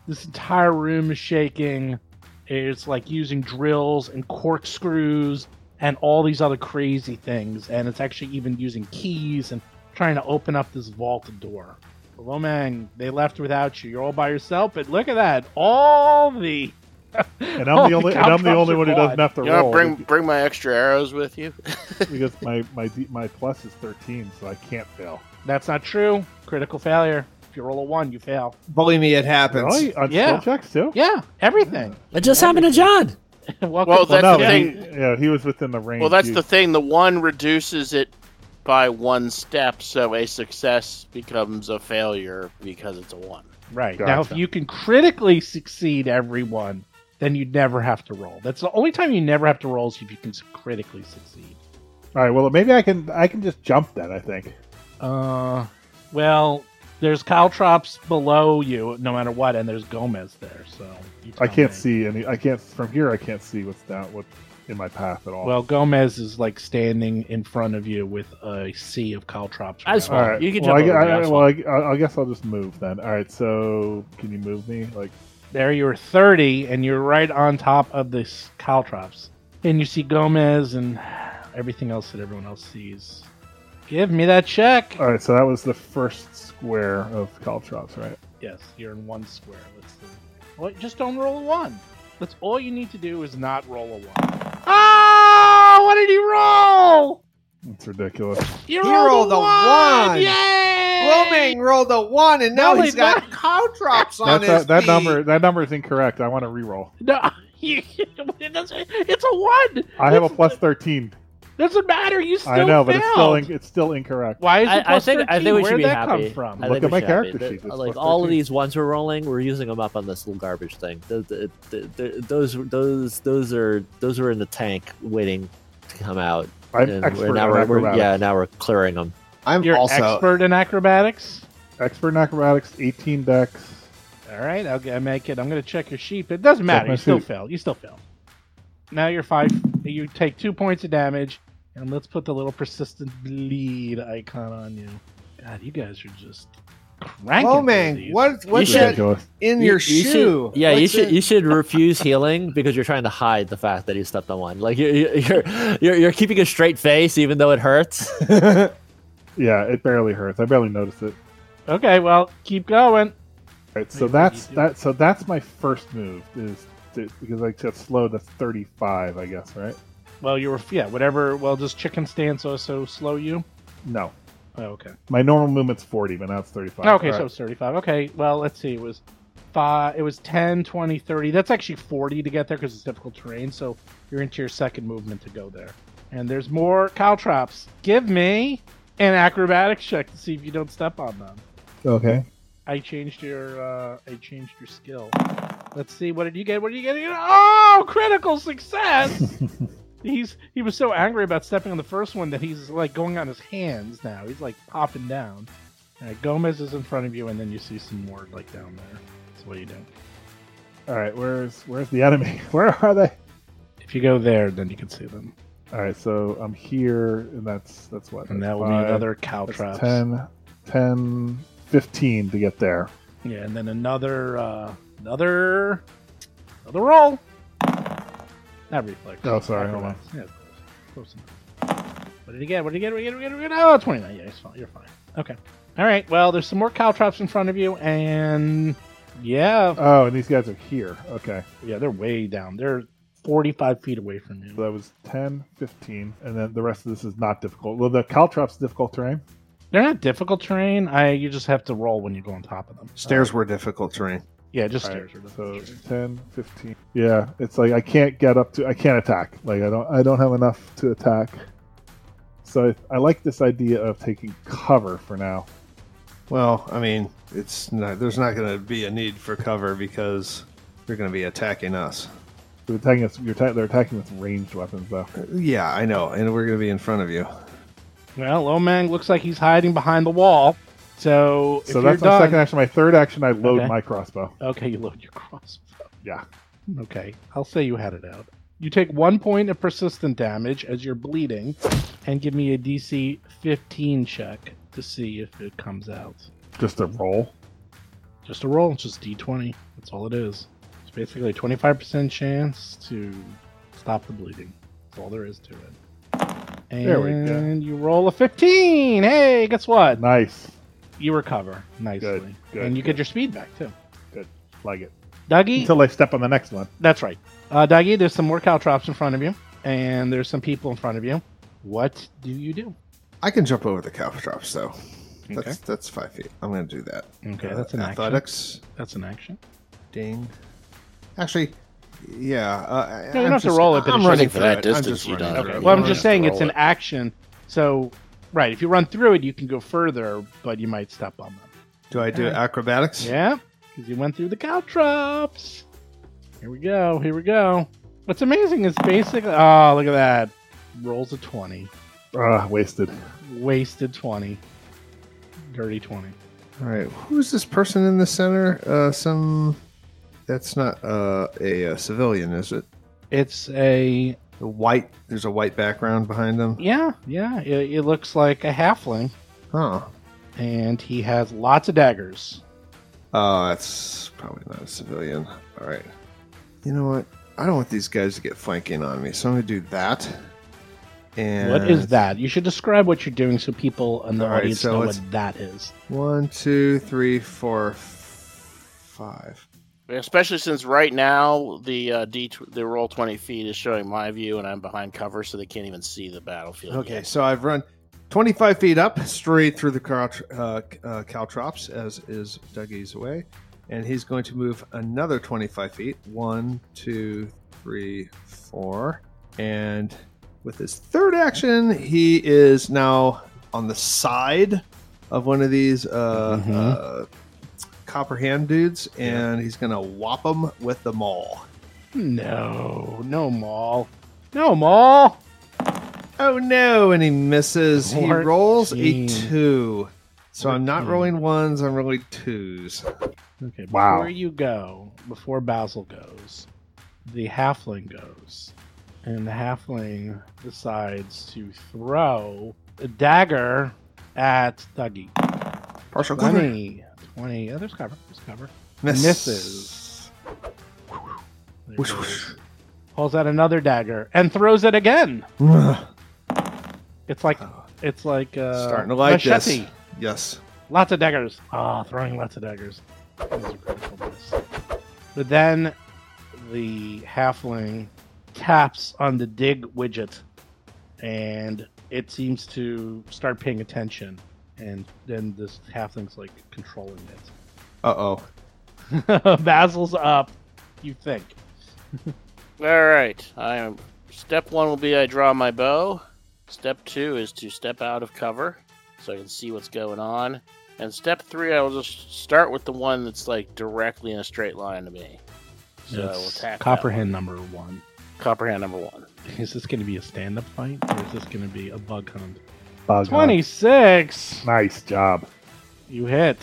This entire room is shaking. It's like using drills and corkscrews and all these other crazy things, and it's actually even using keys and trying to open up this vault door. Hello, man. They left without you. You're all by yourself. But look at that. All the.
And I'm the only. And I'm the only one who doesn't have to
You
roll
Oh.
know, bring bring my extra arrows with you.
because my my D, my plus is 13, so I can't fail.
That's not true. Critical failure. If you roll a one, you fail.
believe me, it happens.
Really? On
Yeah.
skill checks too.
Yeah, everything.
It just happened to John.
Welcome.
Well, that's
no,
the
he,
thing.
yeah, he was within the range.
Well, that's
You-
the thing. The one reduces it by one step, so a success becomes a failure because it's a one.
right.
Gotcha.
Now, if you can critically succeed everyone, then you never have to roll. That's the only time you never have to roll is if you can critically succeed.
All right. Well, maybe I can. I can just jump that. I think.
Uh, well, there's Caltrops below you no matter what, and there's Gomez there, so. you
I
tell
can't
me.
see any. I can't from here. I can't see what's down. What's in my path at all.
Well, Gomez is like standing in front of you with a sea of caltrops.
I was-
around.
all right.
You can
well,
jump
I,
over
I,
the
well, I, I guess I'll just move then. All right. So can you move me? Like,
There you're 30, and you're right on top of the s- caltrops. And you see Gomez and everything else that everyone else sees. Give me that check.
all right. So that was the first square of caltrops, right?
Yes, you're in one square. Let's see. Well, just don't roll a one. That's all you need to do is not roll a one. Oh, what did he roll?
It's ridiculous.
You
He
rolled,
rolled a one.
Yay!
Roaming rolled a one, and now
No,
he's
he
got cow drops on
That's
his
that, that
feet.
number. That number is incorrect. I want to re-roll.
No, it doesn't, it's a one.
I have a plus 13.
Doesn't matter. You still
I know, but it's still
failed.
in, it's still incorrect.
Why is it
I, I
plus
think
13?
I think we
Where
should
would
be
that
happy.
come from?
I
Look
think
at
we should
my
be happy.
character
They're-
sheet. It's
Like
plus
all of
13.
these ones we're rolling, we're using them up on this little garbage thing. Th- th- th- th- Those those those are those are in the tank waiting to come out.
I'm
and
expert
we're, now
in
we're, we're-
acrobatics.
yeah, now we're clearing them.
I'm
You're
also
expert in acrobatics.
Expert in acrobatics, 18 decks.
All right, I'll g- I make it. I'm going to check your sheep. It doesn't matter.
my
You still
suit.
fail. You still fail. Now you're five. You take two points of damage, and let's put the little persistent bleed icon on you. God, you guys are just cranking. through
Lomang,
these.
what what's
You should-
that
Ridiculous.
in
You-
your
you
shoe?
Should, yeah, you
What's
should
in-
you should refuse healing because you're trying to hide the fact that he stepped on one. Like you're you're you're, you're keeping a straight face even though it hurts.
Yeah, it barely hurts. I barely noticed it.
Okay, well, keep going.
All right, so
Wait,
that's
you do-
that. So that's my first move is to, because I got slow to 35, I guess, right?
Well, you were yeah, whatever. Well, does chicken stance also slow you?
No,
Oh, okay.
my normal movement's 40, but now it's 35.
Okay,
All
so
right.
it's 35. Okay, well, let's see. It was five. It was 10, 20, 30. That's actually 40 to get there because it's difficult terrain. So you're into your second movement to go there. And there's more caltrops. Give me an acrobatics check to see if you don't step on them.
okay,
I changed your uh, I changed your skill. Let's see. What did you get? What did you get? Oh, critical success. he's he was so angry about stepping on the first one that he's like going on his hands now. He's like popping down. All right, Gomez is in front of you, and then you see some more like down there. That's what you do.
all right. Where's where's the enemy? Where are they?
If you go there, then you can see them,
All right, so I'm here, and that's that's what.
and
that's
that will be
five,
another
that's
caltrops.
10, 10, 15 to get there.
Yeah, and then another uh, another another roll. Not reflex.
Oh, sorry, hold on.
Acrobatics. Yeah, close enough. What did he get? What did he get? What did he get? What did he get? Oh, 29. Yeah, it's fine. You're fine. Okay. All right. Well, there's some more caltrops in front of you, and yeah,
Oh, and these guys are here. Okay,
yeah, they're way down. They're 45 feet away from
so
you.
that was 10, 15, and then the rest of this is not difficult. Well, the caltrops difficult terrain.
They're not difficult terrain. I you just have to roll when you go on top of them.
Stairs were difficult terrain.
Yeah, just
All
stairs.
right,
are
so
difficult terrain.
10 15 yeah it's like i can't get up to i can't attack like i don't i don't have enough to attack so i, I like this idea of taking cover for now
Well, I mean, it's not, there's not going to be a need for cover because they're going to be attacking us.
they're attacking us you're atta- they're attacking with ranged weapons though
Yeah, I know, and we're going to be in front of you.
Well, Lomang looks like he's hiding behind the wall. So, if
so
you're
that's my
done,
second action my third action i load
Okay.
my crossbow
Okay, you load your crossbow.
Yeah.
Okay, I'll say you had it out. You take one point of persistent damage as you're bleeding, and give me a DC 15 check to see if it comes out.
just a roll
Just a roll, it's just D20. That's all it is. It's basically a 25% chance to stop the bleeding. That's all there is to it. And
There we go.
you roll a 15. Hey, guess what?
nice
You recover nicely.
good,
and you
good.
get your speed back, too.
like it
Dougie,
until i step on the next one
That's right. Uh, Doggy, there's some more caltrops in front of you, and there's some people in front of you. What do you do?
I can jump over the caltrops though. That's
Okay.
that's five feet. I'm going to do that.
Okay,
Uh,
that's an action.
athletics.
That's an action.
Ding. Actually, yeah. Uh,
No, you don't have to roll it, but
I'm
it's
running
just-
for
I
that
think for that
distance. I'm
distance
just
you
running
don't.
for
Okay.
it.
Well, I'm
Running
just saying
roll
it's an
it.
action. So, right, if you run through it, you can go further, but you might step on them.
Do I do
Alright.
acrobatics?
Yeah, because you went through the caltrops. Here we go. Here we go. What's amazing is basically. Oh, look at that. Rolls a 20.
ah wasted
Wasted 20. Dirty 20.
All right. Who's this person in the center? Uh, some. That's not uh, a, uh civilian, is it?
It's a
The white. There's a white background behind them.
Yeah, yeah. It, it looks like a halfling,
Huh.
and he has lots of daggers.
Oh, that's probably not a civilian. All right. You know what? I don't want these guys to get flanking on me, so I'm going to do that. And
What is that? You should describe what you're doing so people in the
All right,
audience
so
know
it's-
what that is.
One, two, three, four, f- five.
Especially since right now the uh, D tw- the roll twenty feet is showing my view, and I'm behind cover, so they can't even see the battlefield.
Okay,
yet.
so I've run 25 feet up straight through the couch, uh, uh, caltrops, as is Dougie's way. And he's going to move another 25 feet. One, two, three, four. And with his third action, he is now on the side of one of these uh,
Mhm.
uh, copper hand dudes, and he's going to whop him with the maul.
No, no, Maul. No, Maul.
Oh no, and he misses. He rolls a
14.
two. So I'm not rolling ones, I'm rolling twos.
Okay,
Wow.
before you go, before Basil goes, the halfling goes. And the halfling decides to throw a dagger at Dougie.
Partial
20. 20. Oh, there's cover. There's cover.
Miss.
Misses. There it goes. Pulls out another dagger and throws it again. It's like it's like uh,
Starting to like this.
machete.
Yes.
Lots of daggers. Ah, throwing lots of daggers. Those are critical miss. But then the halfling taps on the dig widget and it seems to start paying attention. And then this halfling's like controlling
Uh oh.
it. Basil's up, you think.
All right. I am. Step one will be I draw my bow. Step two is to step out of cover so I can see what's going on. And step three, I will just start with the one that's like directly in a straight line to me. So I will
It's
attack that
Copperhead number one.
one. Copperhand number one.
Is this going to be a stand up fight or is this going to be a bug hunt?
Bug hunt.
26!
Nice job.
You hit.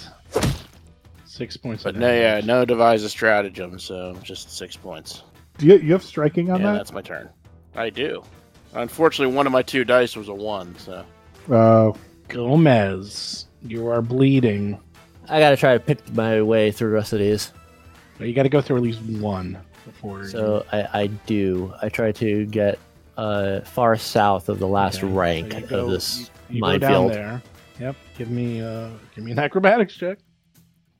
Six points of
But no, yeah,
damage.
no devise a stratagem. So just six points.
Do you, you have striking on
yeah,
that?
that's my turn. I do. Unfortunately, one of my two dice was a one. So
Uh,
Gomez, you are bleeding.
I gotta try to pick my way through the rest of these.
You got to go through at least one before.
So I, I do. I try to get uh, far south of the last
Okay, so
rank
you
of
go-
this
you, you Go down
minefield.
there. Yep. Give me uh, give me an acrobatics check.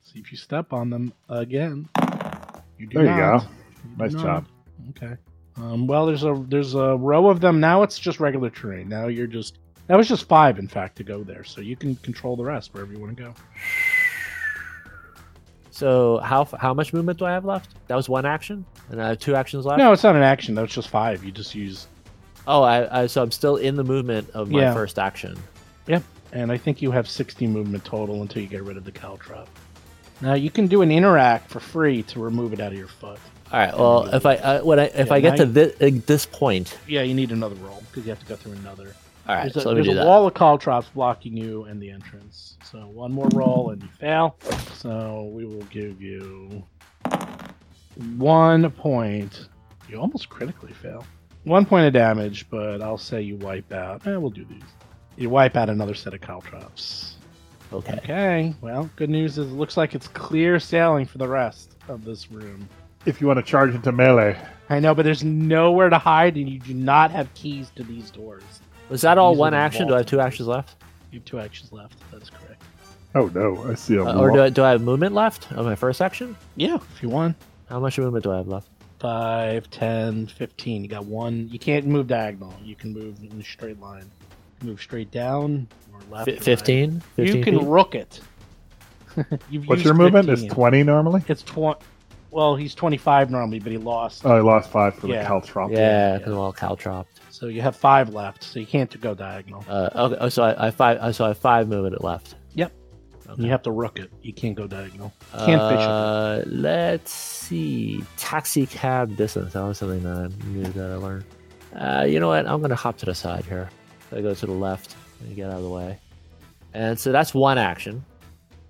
See if you step on them again. You do
there you
not.
go.
You do
Nice
not.
job.
Okay. Um, well, there's a there's a row of them now. It's just regular terrain. Now you're just that was just five, in fact, to go there. So you can control the rest wherever you want to go.
So how f- how much movement do I have left? That was one action, and I have two actions left.
No, it's not an action. That's just five. You just use
Oh, I, I so I'm still in the movement of my
Yeah.
first action.
and I think you have 60 movement total until you get rid of the caltrop. Now you can do an interact for free to remove it out of your foot.
All right. Well, if I uh, when I if
Yeah,
I get
now
to this, this point,
Yeah, you need another roll because you have to go through another.
all right.
there's a,
So let me
there's
do
a
that.
wall of caltrops blocking you and the entrance. So one more roll and you fail. So we will give you one point. You almost critically fail. One point of damage, but I'll say you wipe out. Eh, we'll do these. You wipe out another set of caltrops.
Okay.
Okay. Well, good news is it looks like it's clear sailing for the rest of this room.
If you want to charge into melee,
I know, but there's nowhere to hide, and you do not have keys to these doors.
Was that all
These are
one
the
action? Do I have two
vaulted-
actions left,
You have two actions left. That's correct.
oh no, I see a
uh, or
lo-
do I, do I have movement left of my first action?
Yeah, if you want.
How much movement do I have left?
Five, ten, fifteen. You got one. You can't move diagonal. You can move in a straight line. Move straight down or left. or right.
Fifteen.
You can rook it. You've
What's
used
your movement? Is
15.
twenty normally?
It's twenty. Well, he's twenty-five normally, but he lost.
Oh, I lost five for
Yeah.
the caltrop.
Yeah,
Yeah.
because I'm all caltropped.
So you have five left. So you can't go diagonal.
Uh, okay. Oh, so I, I five. uh, So I have five movement left.
Yep.
Okay.
You have to rook it. You can't go diagonal. Can't fish it.
uh, Let's see. Taxi cab distance. That was something that I knew that I learned. Uh, you know what? I'm going to hop to the side here. I go to the left and get out of the way. And so that's one action.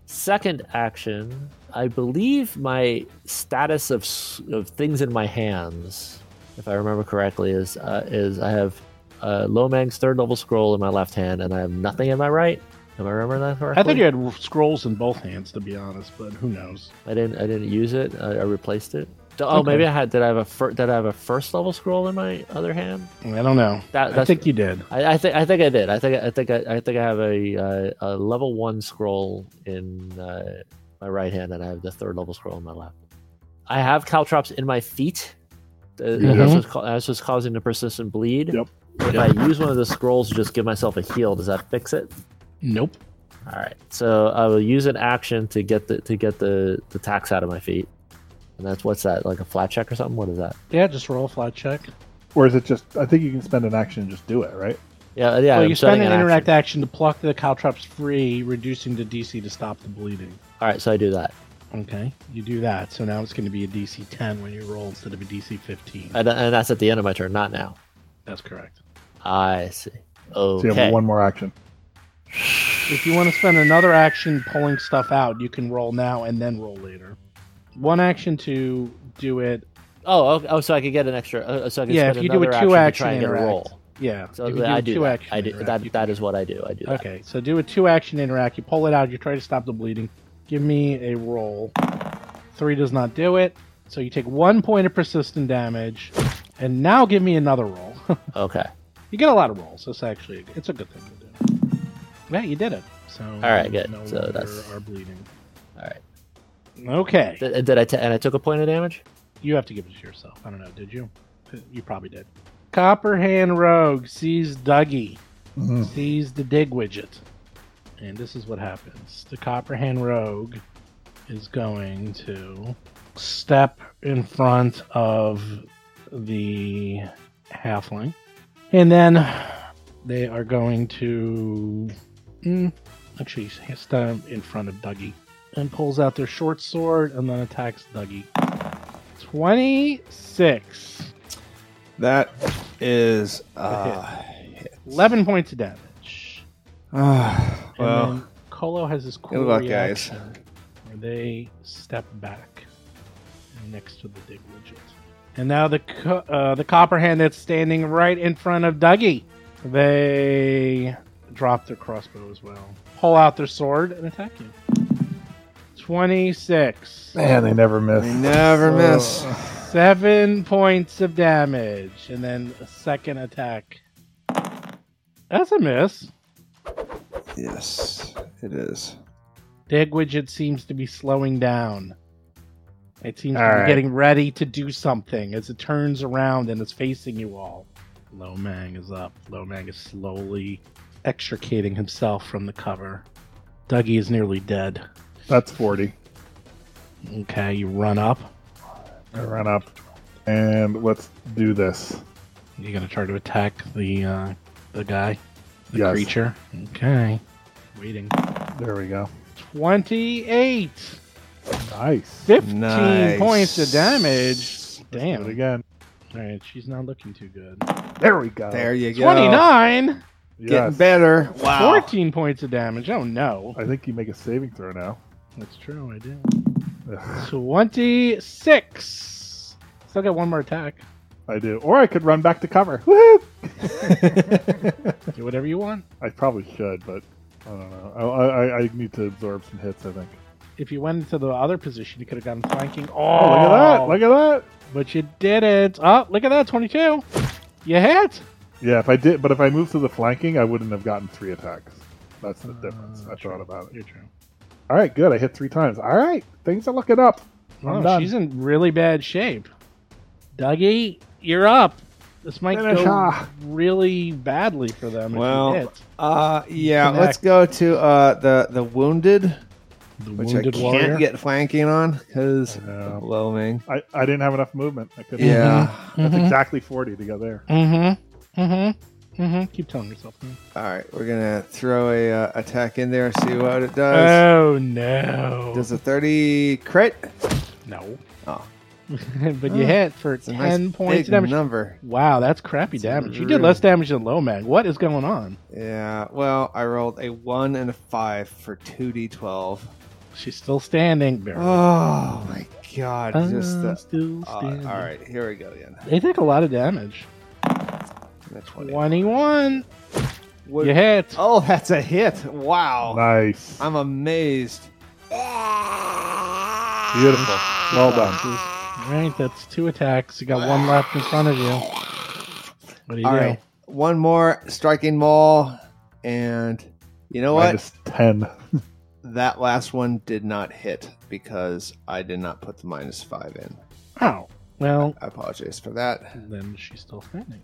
Second action, I believe my status of s- of things in my hands, if I remember correctly, is uh, is I have uh, Lomang's third level scroll in my left hand, and I have nothing in my right. Am I remembering that correctly?
I thought you had r- scrolls in both hands, to be honest, but who knows?
I didn't. I didn't use it. I, I replaced it. D- Oh,
Okay.
maybe I had. Did I have a fir- Did I have a first level scroll in my other hand?
I don't know.
That,
I think you did.
I, I think. I think I did. I think. I think. I, I think I have a uh, a level one scroll in uh, my right hand, and I have the third level scroll in my left. I have caltrops in my feet. Uh, That's,
Mhm.
what's ca- that's what's causing the persistent bleed.
Yep.
If I use one of the scrolls to just give myself a heal, does that fix it?
Nope.
All right. So I will use an action to get the to get the the tax out of my feet, and that's what's that like a flat check or something? What is that?
Yeah, just roll a flat check.
Or is it just? I think you can spend an action and just do it, right?
Yeah, yeah.
well,
I'm
you spend
setting
an
an
interact action.
action.
to pluck the caltrops free, reducing the DC to stop the bleeding.
All right. So I do that.
Okay, you do that. So now it's going to be a DC 10 when you roll instead of a DC 15.
And, and that's at the end of my turn, not now.
That's correct.
I see.
So you have
Okay.
one more action.
If you want to spend another action pulling stuff out, you can roll now and then roll later. One action to do it.
Oh, okay. oh, so I could get an extra. Uh, so I could
Yeah,
spend
if you do a
another
two
action to try and get a
action
roll.
Yeah.
So
if you
I
a
do
two
that.
action
I do
interact, you
that.
can
That is what I do. I do. That.
Okay, so do a two action interact. You pull it out, you try to stop the bleeding. Give me a roll. Three does not do it. So you take one point of persistent damage, and now give me another roll.
Okay.
you get a lot of rolls. It's actually it's a good thing to do. Yeah, you did it. So all
right, good. So that's-
are bleeding.
All right.
Okay,
Did, did I ta- and I took a point of damage?
you have to give it to yourself. I don't know. Did you? You probably did. Copperhand Rogue sees Dougie.
Mhm.
sees the dig widget. And this is what happens. The Copperhand Rogue is going to step in front of the halfling. And then they are going to. Mm, actually, he step in front of Dougie and pulls out their short sword and then attacks Dougie. 26.
That is uh,
11 points of damage.
ah,
And
well.
then Colo has this cool
Good luck,
reaction where they step back next to the dig widget. And now the co- uh, the copperhand that's standing right in front of Dougie, they drop their crossbow as well, pull out their sword and attack you. Twenty six,
Man, they never miss.
They never
So- uh,
miss.
seven points of damage, and then a second attack. That's a miss.
Yes, it is.
Dig widget seems to be slowing down. It seems to
All
be
right.
getting ready to do something as it turns around and it's facing you all. Lomang is up. Lomang is slowly extricating himself from the cover. Dougie is nearly dead.
That's 40.
Okay, you run up.
I run up. And let's do this.
You're gonna try to attack the uh, the guy, the
Yes.
creature. Okay, waiting.
There we go.
Twenty-eight.
Nice. Do
15 points of damage. Damn.
it again.
All right, she's not looking too good.
There we go.
Uh, There you go.
29
Yes.
Getting better.
14 points of damage oh no
I think you make a saving throw now.
that's true i did
Ugh,
26 still got one more attack
I do. Or I could run back to cover. Woohoo!
do whatever you want
I probably should, but I don't know. I, I, I need to absorb some hits, I think.
if you went into the other position you could have gotten flanking oh,
Oh, look at that. Look at that.
but you did it oh look at that 22 you hit
Yeah, if I did, but if I moved to the flanking, I wouldn't have gotten three attacks. That's the difference. I thought about it.
you're Uh, true
All right, good. I hit three times. All right, things are looking up. I'm
oh,
done.
she's in really bad shape dougie you're up this might
Finish
go
her.
really badly for them if you
Well,
hit.
Uh, yeah,
Connect.
let's go to uh, the the wounded,
the
which I
wounded
can't
warrior
get flanking on because
I know.
loaming.
I, I didn't have enough movement. I couldn't.
Yeah.
That's
Mhm.
exactly 40 to go there.
Mm-hmm. Mm-hmm. Mm-hmm. Keep telling yourself. that.
All right, we're gonna throw a uh, attack in there. See what it does.
Oh no.
does a thirty crit?
no.
Oh.
but you
Oh,
hit for
It's a
ten
nice
points
big
of damage.
number.
wow, that's crappy
It's
damage. You
really-
did less damage than low mag. What is going on?
Yeah. Well, I rolled a one and a five for two d twelve.
She's still standing. Barely.
Oh my god!
I'm
Just the.
still
Uh, all
standing.
right, here we go again.
They take a lot of damage.
The 20.
Twenty-one.
What-
You hit.
Oh, that's a hit!
Oh.
Wow.
Nice.
I'm amazed.
Beautiful. Well done.
Oh.
All right, that's two attacks. You got one left in front of you. What do you
All
do?
right, one more striking maul, and you know what?
Minus 10.
That last one did not hit because I did not put the minus five in.
Oh well,
I apologize for that.
then she's still standing.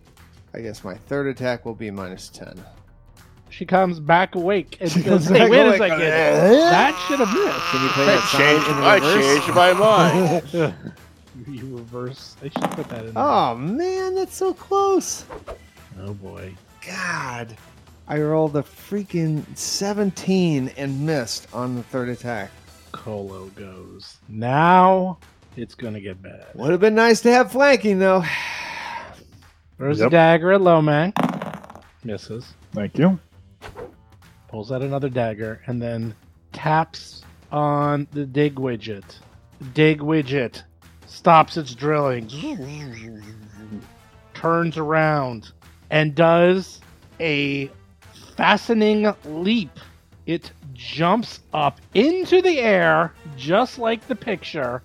I guess my third attack will be minus ten.
She comes back awake and
She
says,
comes
"Hey,
back
wait a
awake.
second, that should have missed."
Can you play
I
that song
changed,
in
I
reverse?
changed my mind.
you reverse. I should put that in. there.
Oh man, that's so close.
Oh boy.
God, I rolled a freaking seventeen and missed on the third attack.
Colo goes. Now it's gonna get bad.
Would have been nice to have flanking though.
Throws a
Yep.
dagger at Loman. misses,
Thank you.
pulls out another dagger, and then taps on the dig widget. Dig widget stops its drilling, turns around, and does a fastening leap. It jumps up into the air, just like the picture,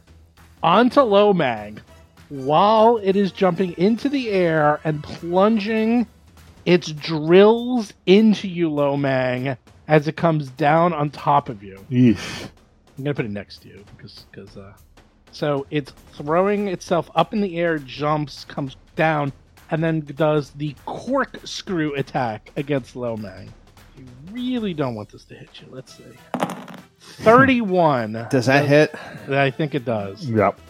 onto Lomag. While it is jumping into the air and plunging its drills into you, Lomang, as it comes down on top of you.
Yeesh.
I'm gonna put it next to you because because uh, so it's throwing itself up in the air, jumps, comes down, and then does the corkscrew attack against Lomang. You really don't want this to hit you. Let's see, thirty-one.
Does that hit?
I think it does.
Yep.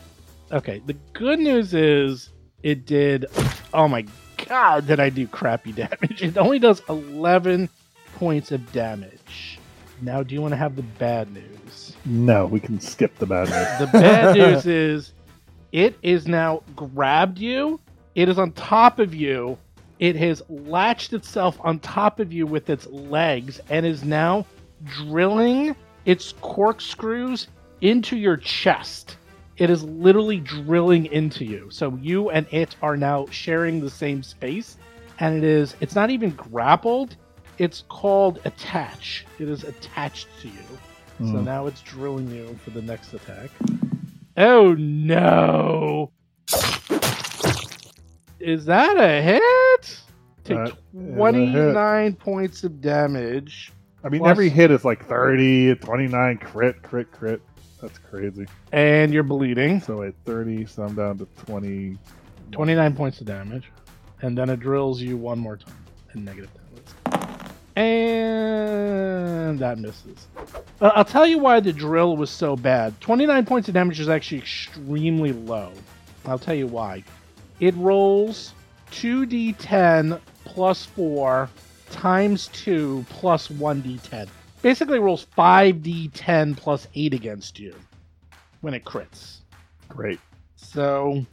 Okay. The good news is it did. Oh my god, did I do crappy damage? It only does 11 points of damage. Now, do you want to have the bad news?
No, we can skip the bad news.
The bad news is it is now grabbed you, it is on top of you, it has latched itself on top of you with its legs and is now drilling its corkscrews into your chest. It is literally drilling into you. So you and it are now sharing the same space. And it is, it's not even grappled. It's called attach. It is attached to you. So
Mm.
now it's drilling you for the next attack. Oh no! Is that a hit?
That is
Take
a hit.
29 points of damage.
I mean,
Plus-
every hit is like 30, 29, crit, crit, crit. That's crazy.
And you're bleeding.
So at 30, so I'm down to 20.
29 points of damage. And then it drills you one more time. And negative 10. Let's- And that misses. Uh, I'll tell you why the drill was so bad. 29 points of damage is actually extremely low. I'll tell you why. It rolls 2d10 plus 4 times 2 plus 1d10. Basically rolls 5d10 plus 8 against you when it crits.
Great.
So,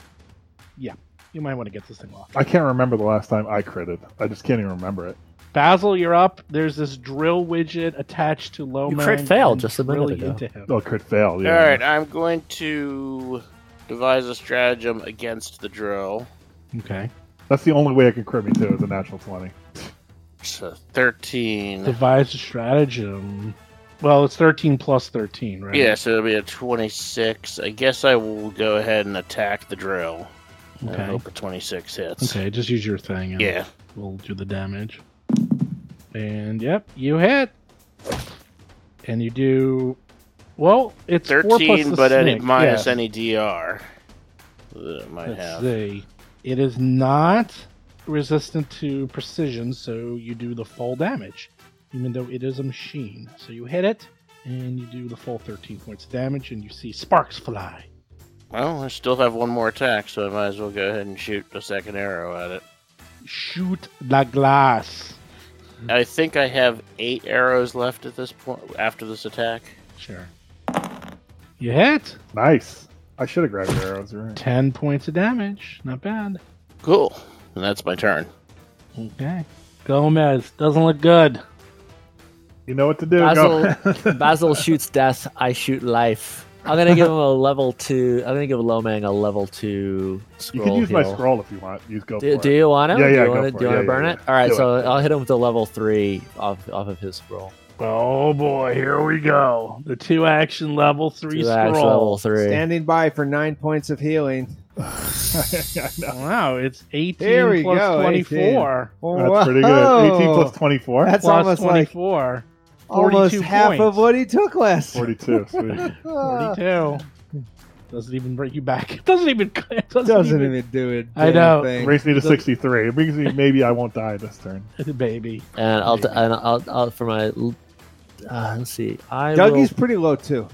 yeah, you might want to get this thing off.
I can't remember the last time I critted. I just can't even remember it.
Basil, you're up. There's this drill widget attached to Loman.
crit failed just a minute ago.
Oh, crit fail. Yeah.
All right, I'm going to devise a stratagem against the drill.
Okay.
That's the only way I can crit me, too, is a natural 20.
It's a 13.
Devise a stratagem. Well, it's 13 plus 13, right?
Yeah, so it'll be a 26. I guess I will go ahead and attack the drill. I
Okay.
hope a 26 hits.
Okay, just use your thing. And
Yeah.
We'll do the damage. And, yep, you hit. And you do. Well, it's 4 plus
13,
the
but any,
snake,
minus
yeah.
any DR that it might
Let's
have.
see. It is not resistant to precision, so you do the full damage, even though it is a machine. So you hit it, and you do the full 13 points of damage, and you see sparks fly.
Well, I still have one more attack, so I might as well go ahead and shoot a second arrow at it.
Shoot the glass. Mm-hmm.
I think I have eight arrows left at this point after this attack.
Sure. You hit.
Nice. I should have grabbed your arrows, you're right?
10 points of damage. Not bad.
Cool. And that's my turn.
Okay. Gomez doesn't look good.
You know what to do. Go.
Basil, Basil shoots death. I shoot life. I'm gonna give him a level two. I'm gonna give Lomang a level two
you
scroll.
can use my
heal.
scroll if you want. You go
Do,
for
do
it.
you want to?
Yeah,
do
yeah,
you
go
wanna-
for
do you
it.
want to
Yeah,
burn
yeah,
it?
yeah.
All right,
Do
so
it.
I'll hit him with a level three off off of his scroll.
Oh boy, here we go. The two action level three
Two
scroll.
axe level three.
Standing by for nine points of healing.
Wow, it's 18
Here we
plus
go,
24.
That's pretty good. 18 plus 24.
That's
Plus
almost like
24.
almost
42
half
points.
of what he took last. Ah,
42. Sweet.
42. Doesn't even bring you back. It doesn't even. It doesn't,
Doesn't
even.
even do it.
I know.
Raise me to 63. It brings me, maybe I won't die this turn.
Baby.
And I'll, t- and I'll, I'll for my. Uh, let's see. I
Dougie's
will,
pretty low too.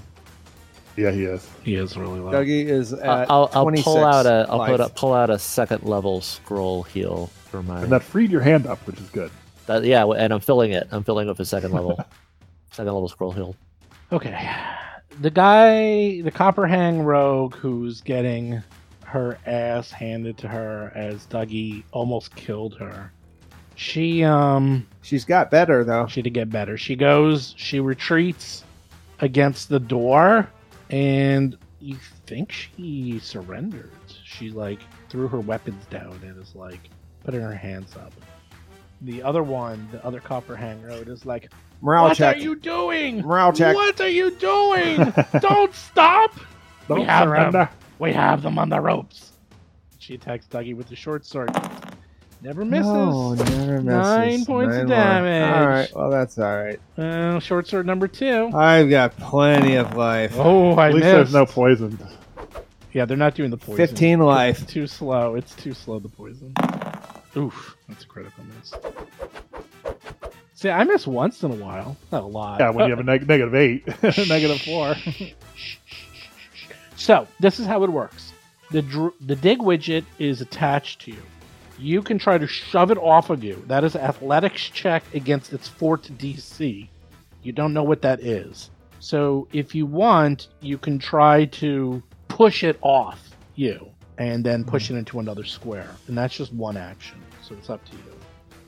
Yeah, he is.
He is really low.
Dougie is
uh,
at
uh, I'll, I'll
26
pull out a. I'll put a,
life.
pull out a second level scroll heal for my.
And that freed your hand up, which is good.
that- yeah, and I'm filling it. I'm filling it with a second level. second level scroll heal.
Okay. The guy, the Copperhang rogue who's getting her ass handed to her as Dougie almost killed her, She um
She's got better though.
she to get better. She goes, she retreats against the door, and you think she surrendered. She like threw her weapons down and is like putting her hands up. The other one, the other copper hand road, is like,
Morale
What
check.
are you doing?
Morale check.
What are you doing? Don't stop!
Don't
We have
surrender.
We have them on the ropes. She attacks Dougie with the short sword. Never misses.
Oh, never misses.
Nine points of
Nine one.
damage.
All right. Well, that's all right.
Uh, short sword number two.
I've got plenty of life.
Oh, I
At least
missed.
there's no poison.
Yeah, they're not doing the poison.
15 life.
Too slow. It's too slow. The poison. Oof, that's a critical miss. See, I miss once in a while. Not a lot.
Yeah, when you have a neg- negative eight, negative four.
So this is how it works. The dr- the dig widget is attached to you. You can try to shove it off of you. That is an athletics check against its fort DC. You don't know what that is. So if you want, you can try to push it off you and then push
Hmm.
it into another square. And that's just one action. So it's up to you.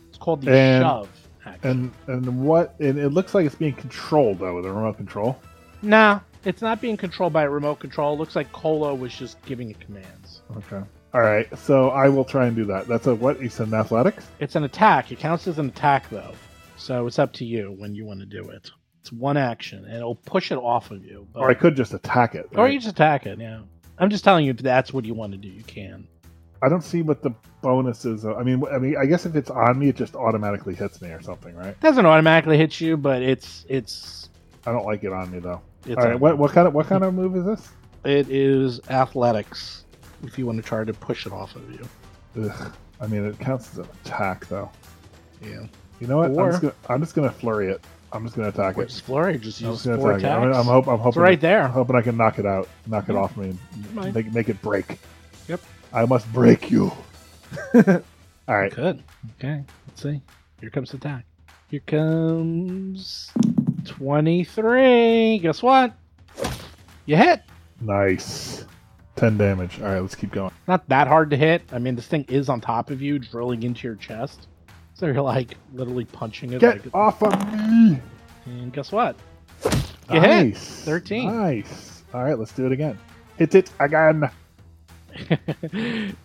It's called the
And-
shove action.
And and what? And it looks like it's being controlled though with a remote control.
nah, it's not being controlled by a remote control. It looks like Kolo was just giving it commands.
Okay. All right. So I will try and do that. That's a what? You said athletics.
It's an attack. It counts as an attack, though. So it's up to you when you want to do it. It's one action, and it'll push it off of you. But,
Or I could just attack it.
or
right?
you just attack it. Yeah, I'm just telling you if that's what you want to do. You can.
I don't see what the bonus is. though. I mean, wh- I mean, I guess if it's on me, it just automatically hits me or something, right?
It doesn't automatically hit you, but it's it's
I don't like it on me though.
it's
All right.
a-
What, what kind of what kind of move is this?
it is athletics. If you want to try to push it off of you,
Ugh. I mean, it counts as an attack though.
yeah.
You know what?
Or-
I'm, just gonna, I'm just gonna flurry it. I'm just gonna attack
Which
it.
flurry just
I'm just
uses
gonna
four
attack it. I mean,
attacks.
I'm, hope, I'm
it's
hoping.
right
I'm
there.
hoping I can knock it out, knock it
Yeah.
off me,
might.
and make, make it break.
Yep.
I must break you. All right.
Good. Okay. Let's see. Here comes the attack. Here comes 23. Guess what? You hit.
Nice. Ten damage. All right. Let's keep going.
Not that hard to hit. I mean, this thing is on top of you, drilling into your chest. So you're like literally punching it.
Get
like,
off of me.
And guess what? You hit.
nice.
13.
Nice. All right. Let's do it again. Hit it again.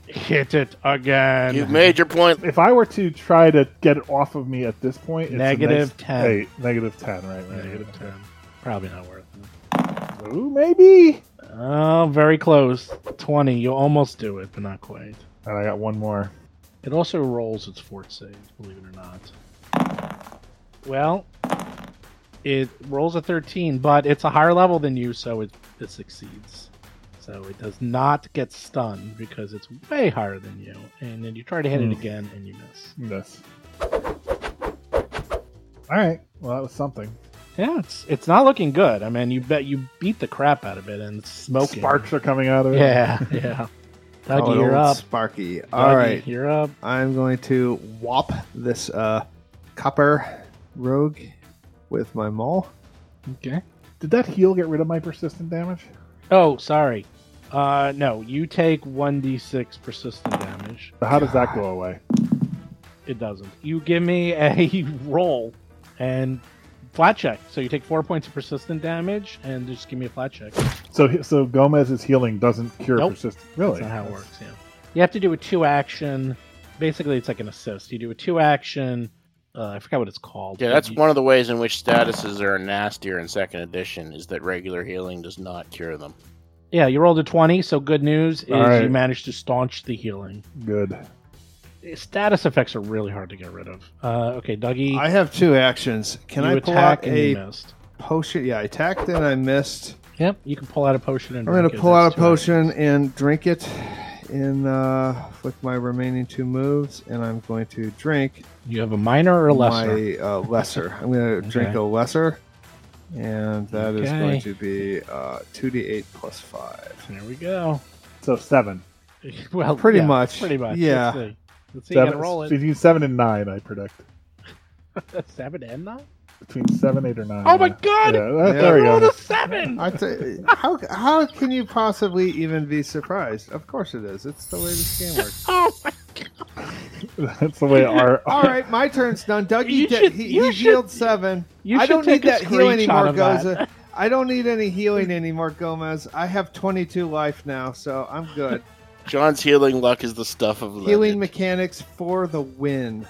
hit it again.
You've made your point.
If I were to try to get it off of me at this point, it's a
Negative
nice-
10.
Hey, negative ten. Right. right
Negative 10. Probably not worth it.
Ooh, maybe.
Oh, very close. 20. You almost do it, but not quite.
And I got one more.
It also rolls its fort save, believe it or not. Well, it rolls a 13, but it's a higher level than you, so it, it succeeds. So it does not get stunned because it's way higher than you. And then you try to hit it
Hmm.
again and you miss.
Yes. All right. Well, that was something.
Yeah, it's it's not looking good. I mean, you bet you beat the crap out of it and it's smoking.
Sparks are coming out of it.
Yeah, yeah. Dougie,
Oh, an
you're
old
up.
Sparky.
Dougie,
All right.
you're up.
I'm going to whop this uh, copper rogue with my maul.
Okay.
Did that heal get rid of my persistent damage?
Oh, sorry. Uh, no, you take 1d6 persistent damage.
How does that go away?
It doesn't. You give me a roll and flat check. So you take four points of persistent damage and just give me a flat check. That's
So, so Gomez's healing doesn't cure
Nope.
persistent. Really?
not how it works. Yeah. You have to do a two action. Basically, it's like an assist. You do a two action. Uh, I forgot what it's called.
Yeah,
but
that's
you-
one of the ways in which statuses are nastier in second edition is that regular healing does not cure them.
Yeah, you rolled a twenty. So good news is
All right.
you managed to staunch the healing.
Good.
Status effects are really hard to get rid of. Uh, okay, Dougie,
I have two actions. Can
you
I pull
attack
out
and you
a
missed.
potion? Yeah, I attacked and I missed.
Yep, you can pull out a potion and
I'm going
drink
to
it.
pull
That's
out a
two actions.
potion and drink it in uh, with my remaining two moves, and I'm going to drink
You have a minor or a lesser.
my uh, lesser. I'm going to drink
Okay.
a lesser, and that is
Okay.
going to be uh, 2d8 plus 5.
There we go.
So seven.
Well,
Pretty
yeah,
much,
Pretty much.
yeah.
Let's see. Let's see. You
seven
gotta roll it.
Between seven and nine, I predict.
seven and nine.
Between seven, eight, or nine.
Oh my
yeah.
god!
Yeah, that-
Yeah.
there we
Roll
go.
the seven.
I th- how, how can you possibly even be surprised? Of course it is. It's the way this game works.
Oh my
That's the way our,
All right, my turn's done. Doug,
You
he, did-
should-
he,
you
he
should-
healed seven.
you
I
should
don't
take
need
a
that heal
screenshot
anymore,
of that.
Goza. I don't need any healing anymore, Gomez. I have 22 life now, so I'm good.
John's healing luck is the stuff of legend.
healing mechanics for the win.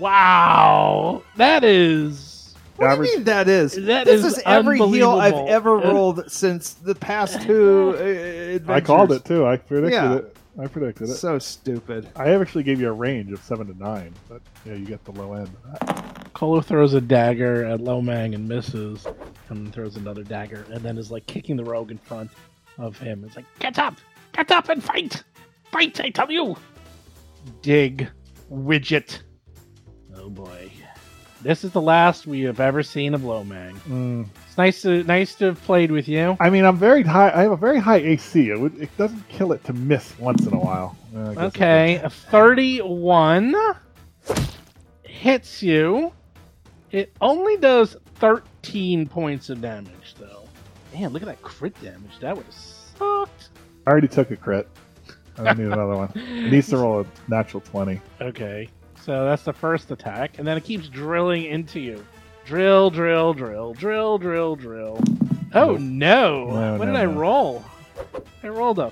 Wow, that is
What do
Average-
you mean that is?
That
this
is
is, every heal I've
unbelievable.
ever rolled since the past two uh, adventures.
I called it too. I predicted
Yeah.
it. I predicted it.
So stupid.
I actually gave you a range of seven to nine, but yeah, you get the low end.
Kolo throws a dagger at Lomang and misses, and then throws another dagger, and then is like kicking the rogue in front of him. It's like, get up, get up and fight, fight! I tell you.
dig widget.
Oh boy, this is the last we have ever seen of Lomang.
Mm.
It's nice to nice to have played with you.
I mean, I'm very high. I have a very high AC. It, would, it doesn't kill it to miss once in a while. Uh, I guess it
Okay, a 31 hits you. It only does 13 points of damage, though. Man, look at that crit damage. That would have sucked.
did. I already took a crit. I don't need another one. It needs to roll a natural twenty.
Okay, so that's the first attack, and then it keeps drilling into you. Drill, drill, drill, drill, drill, drill. Oh no!
No,
what
no,
did I
no.
roll? I rolled a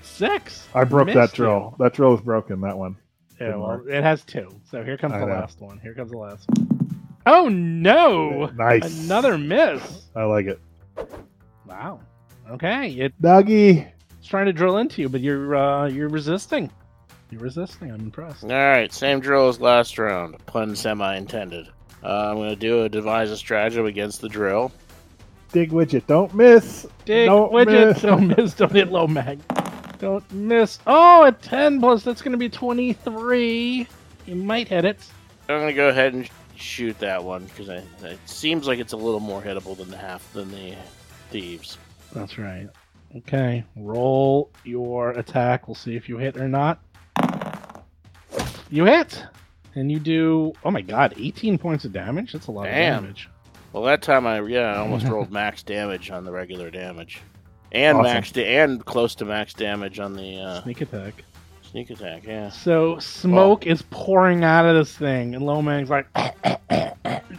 six.
I broke that
Missed
drill. That drill is broken. That one.
Yeah,
Didn't
well,
work.
it has two. So here comes
I
the
know.
last one. Here comes the last one. Oh no!
Nice.
Another miss.
I like it.
Wow. Okay, it's
Doggy.
trying to drill into you, but you're uh, you're resisting. You're resisting. I'm impressed.
All right, same drill as last round. Pun semi intended. Uh, I'm going to do a devise a stratagem against the drill.
Dig widget. Don't miss.
Dig
Don't
widget.
miss.
Don't miss. Don't hit low mag. Don't miss. Oh, a ten plus. That's going to be twenty three. You might hit it.
I'm going to go ahead and shoot that one because it seems like it's a little more hittable than the half than the thieves.
That's right. Okay, roll your attack. We'll see if you hit or not. You hit, and you do. Oh my god, eighteen points of damage. That's a lot
Damn.
of damage.
Well, that time I yeah I almost rolled max damage on the regular damage, and
Awesome.
max da- and close to max damage on the uh,
Sneak attack.
sneak attack. Yeah.
So smoke is pouring out of this thing, and Lomang's like,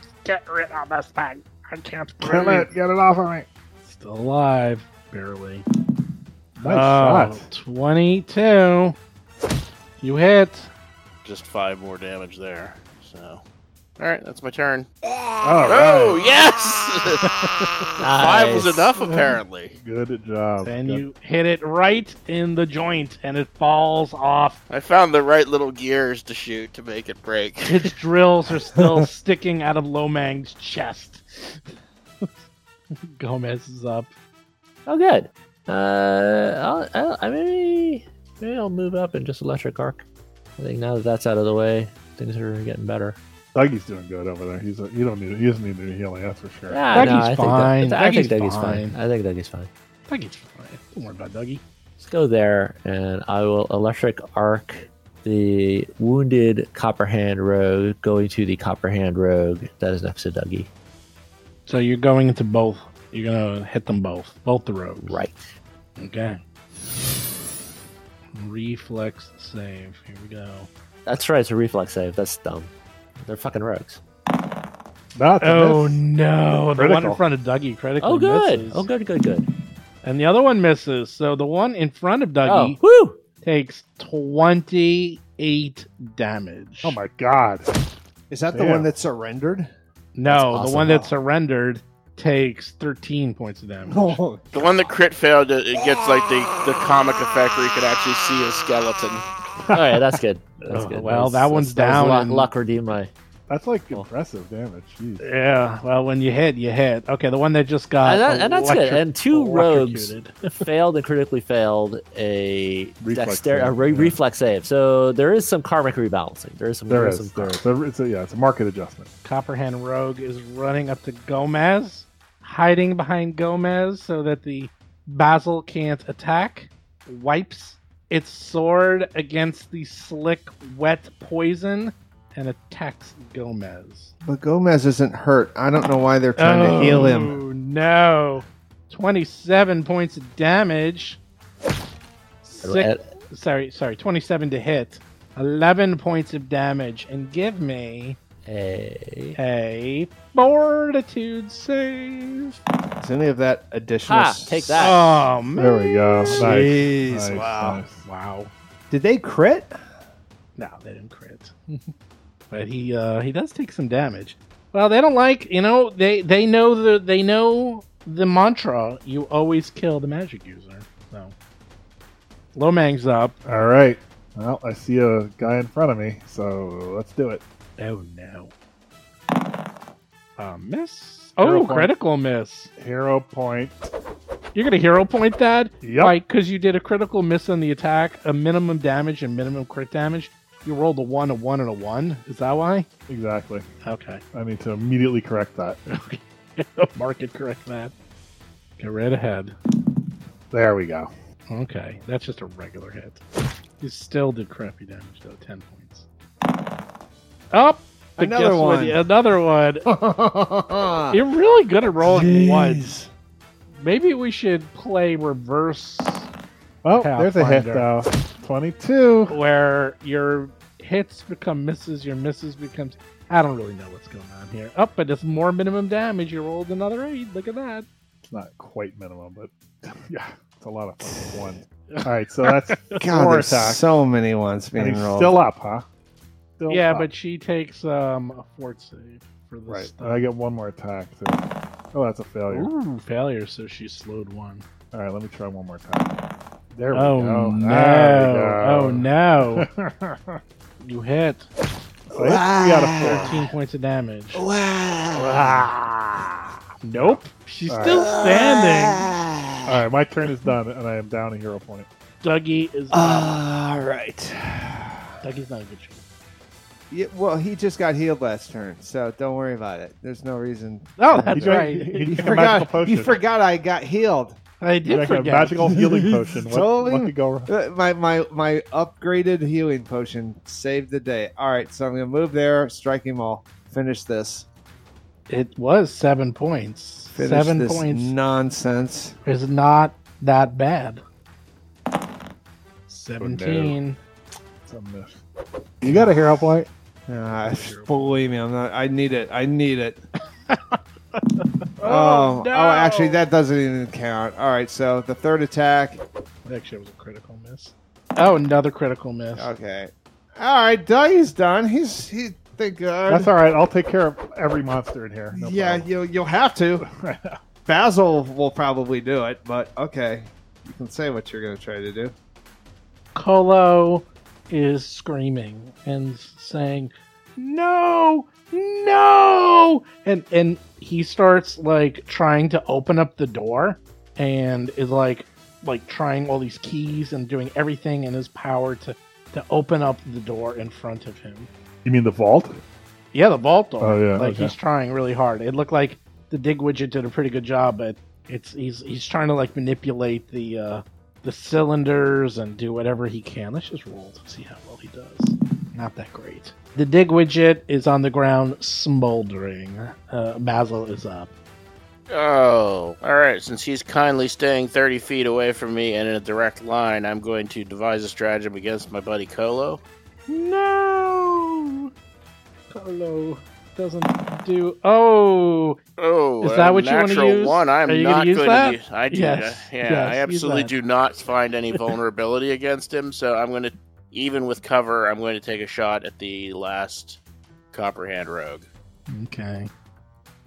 Get rid of this thing. I can't
Kill
breathe.
it. Get it off of me.
still alive, barely.
Nice
Oh,
shot.
22. You hit.
just five more damage there. So, all right, that's my turn.
All
Oh
right.
yes, five was
Nice.
enough apparently.
Good job.
And
Good.
you hit it right in the joint, and it falls off
I found the right little gears to shoot to make it break.
His drills are still sticking out of Lomang's chest. Gomez is up.
Oh, good. Uh, I'll, I'll, I maybe maybe I'll move up and just electric arc. I think now that that's out of the way, things are getting better.
Dougie's doing good over there. He's a, you don't need he doesn't need any healing. That's for sure.
Yeah,
Dougie's
I
fine.
think that, I think
Dougie's
Dougie's fine. I think Dougie's fine.
Dougie's fine. Don't worry about Dougie.
Let's go there, and I will electric arc the wounded Copperhand Rogue going to the Copperhand Rogue that is next to Dougie.
So you're going into both. You're gonna hit them both. Both the rogues.
Right.
Okay. Reflex save. Here we go.
That's right. It's a reflex save. That's dumb. They're fucking rogues.
Not
Oh
oh,
no! The one in
Critical.
front of Dougie critically
Oh, good.
misses.
Oh, good, good, good.
And the other one misses. So the one in front of
Oh,
Dougie
woo!
takes twenty-eight damage.
oh my god.
Is that the
Damn.
one that surrendered?
No, the
That's awesome.
one that surrendered takes 13 points of damage.
Oh,
The one that crit failed, it it gets like the, the comic effect where you can actually see a skeleton.
All right, that's good. That's
Oh,
good.
well, that
was-
one's
was
down
luck,
and-
luck redeemed my.
That's like
Cool.
impressive damage. Jeez.
Yeah, well, when you hit, you hit. Okay, the one that just got.
and, that, and that's good.
electro-
And two rogues
uh, electrocuted.
failed and critically failed a
Reflex
dexter- a
save,
re-
yeah.
reflex save. So there is some karmic rebalancing. There is some.
There
there is
is.
some-
There is. There- It's a, yeah, it's a market adjustment.
Copperhand Rogue is running up to Gomez, hiding behind Gomez so that the Basil can't attack. Wipes its sword against the slick, wet poison and attacks Gomez.
but Gomez isn't hurt. I don't know why they're trying to heal him.
Oh, No. 27 points of damage. Six,
At-
sorry, sorry, 27 to hit 11 points of damage and give me
Hey.
a fortitude save.
Is any of that additional?
Ah, take that.
Oh,
There
man.
we go. Nice.
Jeez,
nice,
wow.
nice.
Wow.
Did they crit?
No, they didn't crit. but he uh, he does take some damage. Well, they don't like you know they they know the they know the mantra. You always kill the magic user. So Lomang's up.
All right. Well, I see a guy in front of me, so let's do it.
Oh no. Uh, miss.
Hero
Oh,
point.
critical miss.
Hero point.
You're gonna hero point that,
Yep.
like, because you did a critical miss on the attack, a minimum damage and minimum crit damage. You rolled a one, a one, and a one. Is that why?
Exactly.
Okay.
I need to immediately correct that.
Market correct that. Get right ahead.
There we go.
Okay, that's just a regular hit. You still did crappy damage though, ten points. Up. but
Another
guess what?
one.
Another one.
Jeez.
You're really good at rolling once. Maybe we should play reverse,
Well,
Half
there's a hit though.
under.
Twenty-two.
where your hits become misses, your misses becomes. I don't really know what's going on here. Up, but it's more minimum damage. You rolled another eight. Look at that.
It's not quite minimum, but yeah, it's a lot of fucking one. All right, so that's
God,
four
there's
attacks.
so many ones
and
being
he's
rolled.
still up, huh? Still
yeah,
up.
but she takes um a fort save for this.
right.
stuff.
And I get one more attack. So. Oh, that's a failure.
Ooh, failure. So she slowed one.
All right, let me try one more time. There we
Oh
go.
no!
There
Oh
we go.
no! you hit
So that's three out of four.
thirteen points of damage.
Ah.
Nope, she's
All
still standing.
All right, my turn is done, and I am down a hero point.
Dougie is up.
All right.
Dougie's not in good shape.
Yeah, well, he just got healed last turn, so don't worry about it. There's no reason.
Oh,
He
that's
drank-
right.
He
You
drank a magical
forgot.
potion.
You forgot I got healed.
I
He
did
drank a
forget.
magical healing potion. What,
Totally.
what could go wrong?
Uh, My my my upgraded healing potion saved the day. All right, so I'm gonna move there, strike him all, finish this,
It was seven points.
finish
seven
this
points
nonsense.
is not that bad.
Oh,
Seventeen.
It's a miss. You got a hero point?
Ah, believe me, I'm not. I need it. I need it.
Oh,
oh, actually, that doesn't even count. All right, so the third attack.
Actually, it was a critical miss. Oh, another critical miss.
Okay. All right, Dougie's done. He's he. Thank God.
That's all right. I'll take care of every monster in here. No
yeah,
problem.
you'll you'll have to. Basil will probably do it, but okay. You can say what you're gonna try to do.
Colo is screaming and saying, "No, no!" and and he starts like trying to open up the door and is like like trying all these keys and doing everything in his power to to open up the door in front of him.
You mean the vault?
Yeah, the vault door.
Oh, yeah,
like
okay.
he's trying really hard. It looked like the dig widget did a pretty good job, but it's he's he's trying to like manipulate the uh, the cylinders and do whatever he can. Let's just roll to see how well he does. Not that great. The dig widget is on the ground smoldering. Uh, Basil is up.
Oh, all right. Since he's kindly staying 30 feet away from me and in a direct line, I'm going to devise a stratagem against my buddy Colo.
No, Colo doesn't do. Oh,
Oh,
Is that
a
what you wanna
natural
use?
One, I'm
Are you gonna
not
use
going
that?
to use. I do.
Yes,
yeah,
yes,
I
use
absolutely
that.
do not find any vulnerability against him. So I'm going to, even with cover, I'm going to take a shot at the last Copperhand Rogue.
Okay.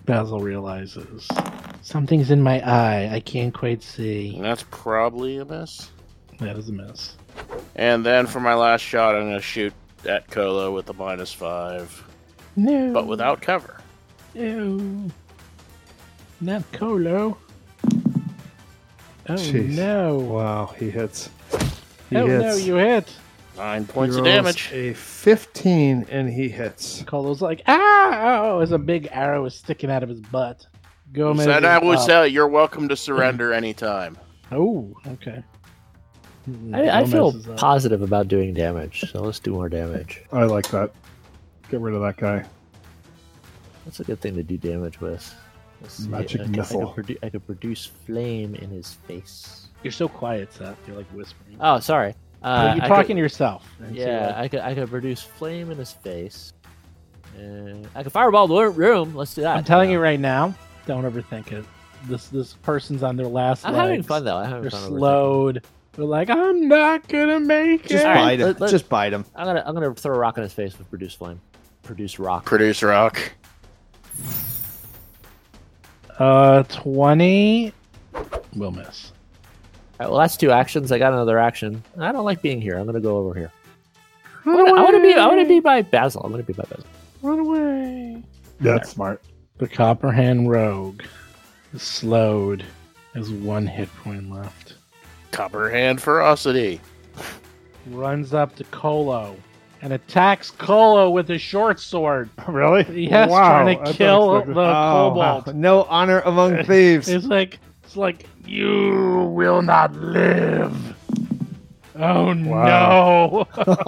Basil realizes something's in my eye. I can't quite see.
And that's probably a miss.
That is a miss.
And then for my last shot, I'm going to shoot at Colo with the minus five,
No.
but without cover.
No. Not Colo. Oh
Jeez.
no.
Wow, he hits. He
oh no,
hits.
you hit.
Nine
He
points of
rolls
damage.
A 15, and he hits.
Colo's like, ah! Oh, as a big arrow is sticking out of his butt. Gomez.
Said
is
I would
up.
say you're welcome to surrender anytime.
Oh, okay.
I, I
Hmm, Gomez
feel
is up.
positive about doing damage, so let's do more damage.
I like that. Get rid of that guy.
That's a good thing to do damage with. Let's see,
Magic
I could- I
missile.
could produ- I could produce flame in his face.
You're so quiet, Seth. You're like whispering.
Oh, sorry. Uh,
you're
I
talking
could-
to yourself. And so
yeah, I could I could produce flame in his face. And I could fireball the room. Let's do that.
I'm telling you right now, don't overthink it. This this person's on their last.
I'm having
legs.
fun though. I'm having
They're
fun. overthinking.
slowed. They're like, I'm not gonna make
Just
it.
Alright,
bite him.
let- let-
Just bite him.
I'm gonna I'm gonna throw a rock in his face with produce flame. Produce rock.
Produce rock.
Uh, twenty. Will miss.
All right, well, that's two actions. I got another action. I don't like being here. I'm gonna go over here. I wanna, I wanna be I wanna be by Basil. I'm gonna be by Basil.
Run away.
That's smart.
The Copperhand Rogue is slowed. Has one hit point left.
Copper hand ferocity.
Runs up to Kolo and attacks Kolo with his short sword.
Really?
Yes,
Wow,
trying
I don't
to kill
expect
the
that. Oh,
kobold.
No honor among thieves.
It's like it's like you will not live. Oh
Wow.
no!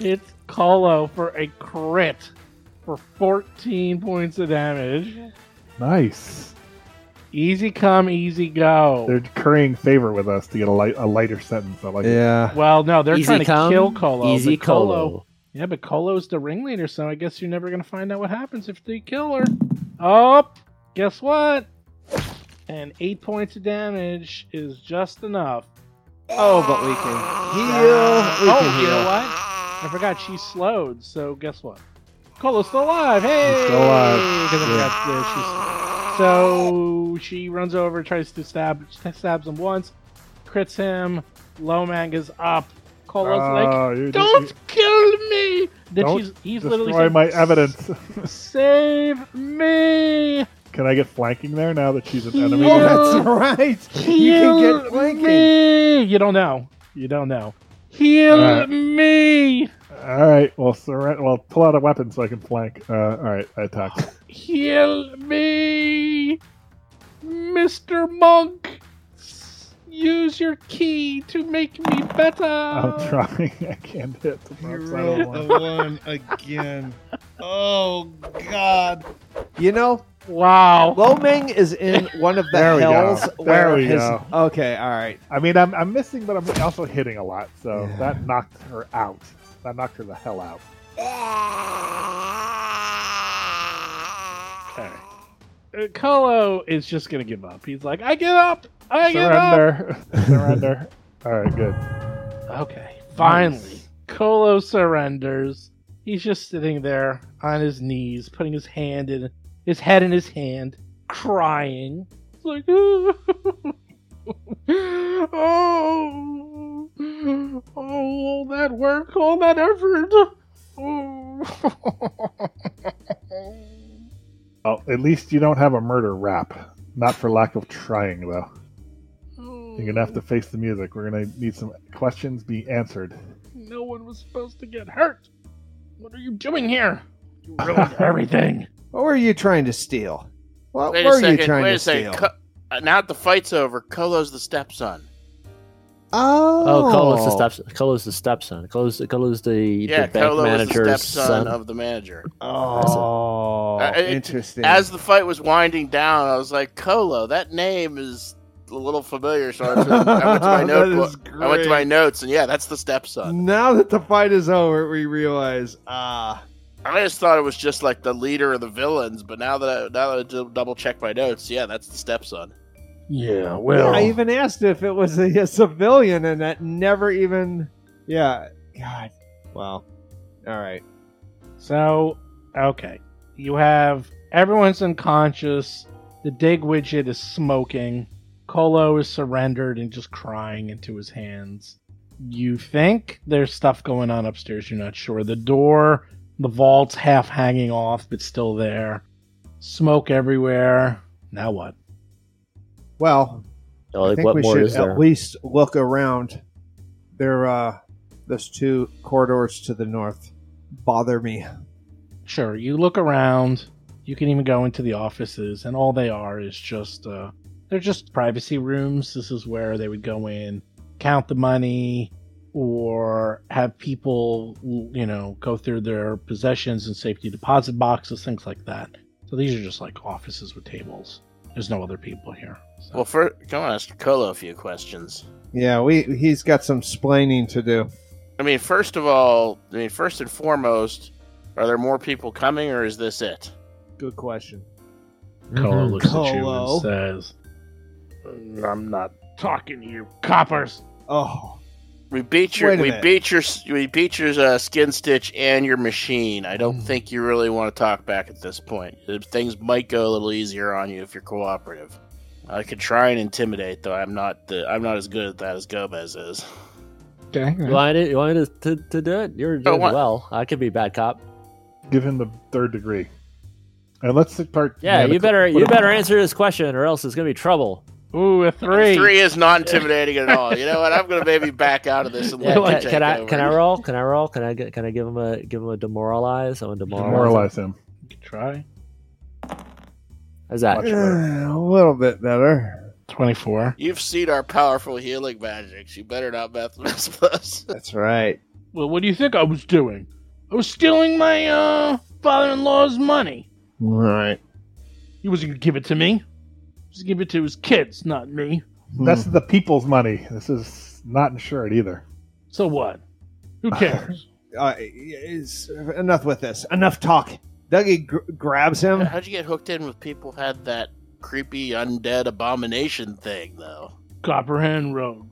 it's Colo for a crit for 14 points of damage.
Nice.
Easy come, easy go.
They're currying favor with us to get a light a lighter sentence. I like it.
Yeah.
well, no, they're
Easy
trying to
come,
kill Colo.
Easy
but Kolo-
Colo.
Yeah, but Colo's the ringleader, so I guess you're never gonna find out what happens if they kill her. Oh, guess what? And eight points of damage is just enough
Oh, but we can heal. We
oh,
can
you
heal.
know what? I forgot she's slowed, so guess what? Colo's still alive. Hey!
still alive.
'Cause I forgot that she's slowed. So she runs over, tries to stab, stabs him once, crits him. Lomang is up. Colo's like,
Oh, you-
"Don't
you-
kill me!" Then
Don't
she's he's literally
destroy
saying,
my evidence.
Save me!
Can I get flanking there now that she's an enemy?
Yeah.
Oh, that's right. You can
Heal
get flanking.
me! You don't know. You don't know. Heal
Alright.
me!
All right. Well, surrender. Well, pull out a weapon so I can flank. Uh, all right. I attack.
Heal me, Mr. Monk. S- Use your key to make me better.
I'm trying. I can't hit. The
You
marks. I don't
rolled
want-
a one again. Oh God!
You know,
Wow.
Lo Ming is in one of the
There we go.
hells
There
where
we
his.
go.
Okay, all right.
I mean, I'm, I'm missing, but I'm also hitting a lot. So
Yeah.
that knocked her out. That knocked her the hell out.
Uh, Kolo is just gonna give up. He's like, I give up. I
Surrender. Surrender. All right. Good.
give up. Okay. Finally, Kolo surrenders. He's just sitting there on his knees, putting his hand in his head in his hand, crying. It's like, oh, oh, all that work, all that effort. Oh.
Well, at least you don't have a murder rap. Not for lack of trying, though. You're gonna have to face the music. We're gonna need some questions be answered.
No one was supposed to get hurt. What are you doing here? You ruined everything.
What were you trying to steal? What
Wait a
were
second.
you trying
wait
to
a second.
steal?
Co- uh, now that the fight's over, Colo's the stepson.
oh,
Oh, Colo's the stepson. Colo's the stepson. Colo's Colo's the,
yeah,
the bank
Colo is the
manager's
stepson
son.
of the manager.
Oh,
Uh, it-
interesting.
As the fight was winding down, I was like, Colo, that name is a little familiar. So I went to, I went to my
That is
notebook. I went to my
great.
notes, and yeah, that's the stepson.
now that the fight is over, we realize ah,
I just thought it was just like the leader of the villains, but now that I, now that I dou- double check my notes, yeah, that's the stepson.
Yeah,
I even asked if it was a, a civilian, and that never even. Yeah. God. Wow. All right.
So, okay. You have everyone's unconscious. The dig widget is smoking. Colo is surrendered and just crying into his hands. You think there's stuff going on upstairs. You're not sure. The door, the vault's half hanging off, but still there. Smoke everywhere. Now what?
Well,
Oh, like,
I think
what
we
more
should
is there?
at least look around. There, uh, those two corridors to the north bother me.
Sure, you look around. You can even go into the offices, and all they are is just uh, they're just privacy rooms. This is where they would go in, count the money, or have people, you know, go through their possessions and safety deposit boxes, things like that. So these are just like offices with tables. There's no other people here. So.
Well, first, come on, ask Kolo a few questions.
Yeah, we he's got some splaining to do.
I mean, first of all, I mean, first and foremost, are there more people coming, or is this it?
Good question.
Kolo
Mhm.
looks
Kolo.
at you and says,
I'm not.
"Talking to you, coppers."
Oh,
We beat your,
Wait a
we
minute.
beat your, we beat your uh, skin stitch and your machine. I
Hmm.
don't think you really want to talk back at this point. Uh, Things might go a little easier on you if you're cooperative. I could try and intimidate, though. I'm not the, I'm not as good at that as Gomez is.
Okay.
You want it? You want me to, to, to do it? You're
Oh,
doing
what-
well. I could be bad cop.
Give him the third degree. And let's start.
Yeah,
man,
you better
what
you
about-
better answer this question, or else it's gonna be trouble.
Ooh, a three.
Three is not intimidating at all. You know what? I'm gonna maybe back out of this and
Yeah,
let you
can, can
take
I
over.
can I roll? Can I roll? Can I get, can I give him a give him a demoralize? I'm a demoralize.
Demoralize him.
You could try.
How's that?
Watch
eh,
better.
a little bit better.
Twenty-four.
You've seen our powerful healing magics. You better not mess with us.
That's right.
Well, what do you think I was doing? I was stealing my uh, father-in-law's money.
All right.
He wasn't gonna give it to me. He was gonna give it to his kids, not me.
Hmm.
That's the people's money. This is not insured either.
So what? Who cares?
Uh, is, enough with this. Enough talk. Dougie gr- grabs him.
How'd you get hooked in with people who had that creepy undead abomination thing, though?
Copperhead Road.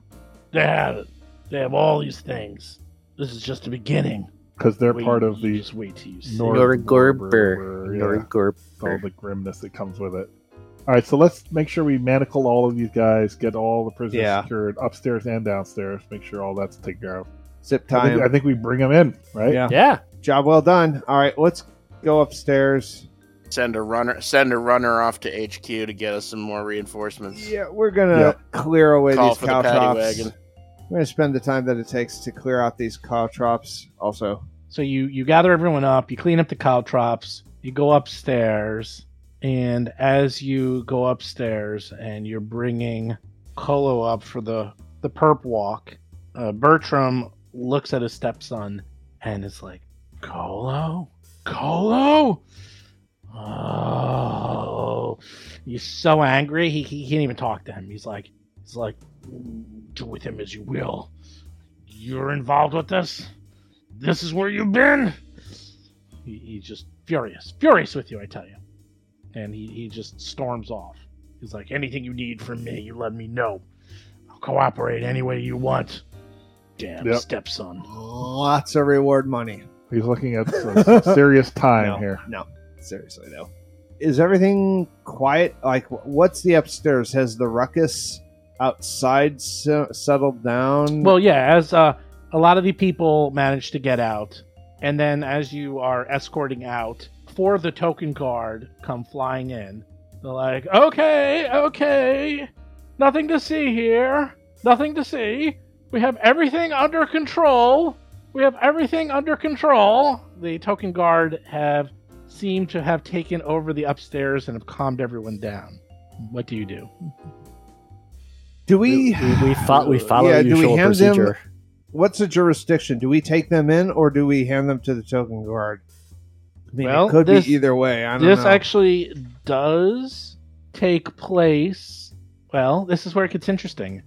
They have it. They have all these things. This is just the beginning.
Because they're
Wait,
part of
you
the
Just wait till you see.
Nor-
Norgorber.
Yeah.
Norgorber.
all the grimness that comes with it. All right, so let's make sure we manacle all of these guys, get all the prisoners
Yeah.
secured upstairs and downstairs. Make sure all that's taken care of.
Zip
I
time.
think, I think we bring them in, right?
Yeah.
Yeah.
Job well done. All right, let's go upstairs.
Send a runner, send a runner off to HQ to get us some more reinforcements.
Yeah, we're gonna
Yeah.
clear away
Call
these
for the
cow
paddy
trops.
wagon.
We're gonna spend the time that it takes to clear out these cow trops. Also,
So you you gather everyone up, you clean up the caltrops, you go upstairs, and as you go upstairs and you're bringing Colo up for the the perp walk, uh, Bertram looks at his stepson and is like, "Colo, Colo." Oh, he's so angry. He, he can't even talk to him. He's like, he's like, do with him as you will. You're involved with this this is where you've been. He, he's just furious, furious with you, I tell you. And he, he just storms off. He's like, anything you need from me, you let me know. I'll cooperate any way you want. Damn
Yep.
stepson.
lots of reward money.
He's looking at some, some serious time
no,
here.
No, seriously though. Is everything quiet? Like, wh- what's the upstairs? Has the ruckus outside se- settled down?
Well, yeah, as uh, a lot of the people manage to get out, and then as you are escorting out, four of the token guard come flying in. They're like, okay, okay, nothing to see here, nothing to see. We have everything under control. We have everything under control. The token guard have seemed to have taken over the upstairs and have calmed everyone down. What do you do?
do we?
We fought. We follow
Yeah, do we
usual
hand them-
procedure.
What's the jurisdiction? Do we take them in, or do we hand them to the token guard? I mean,
Well,
it could
this-
be either way. I don't
this
know.
actually does take place. Well, this is where it gets interesting.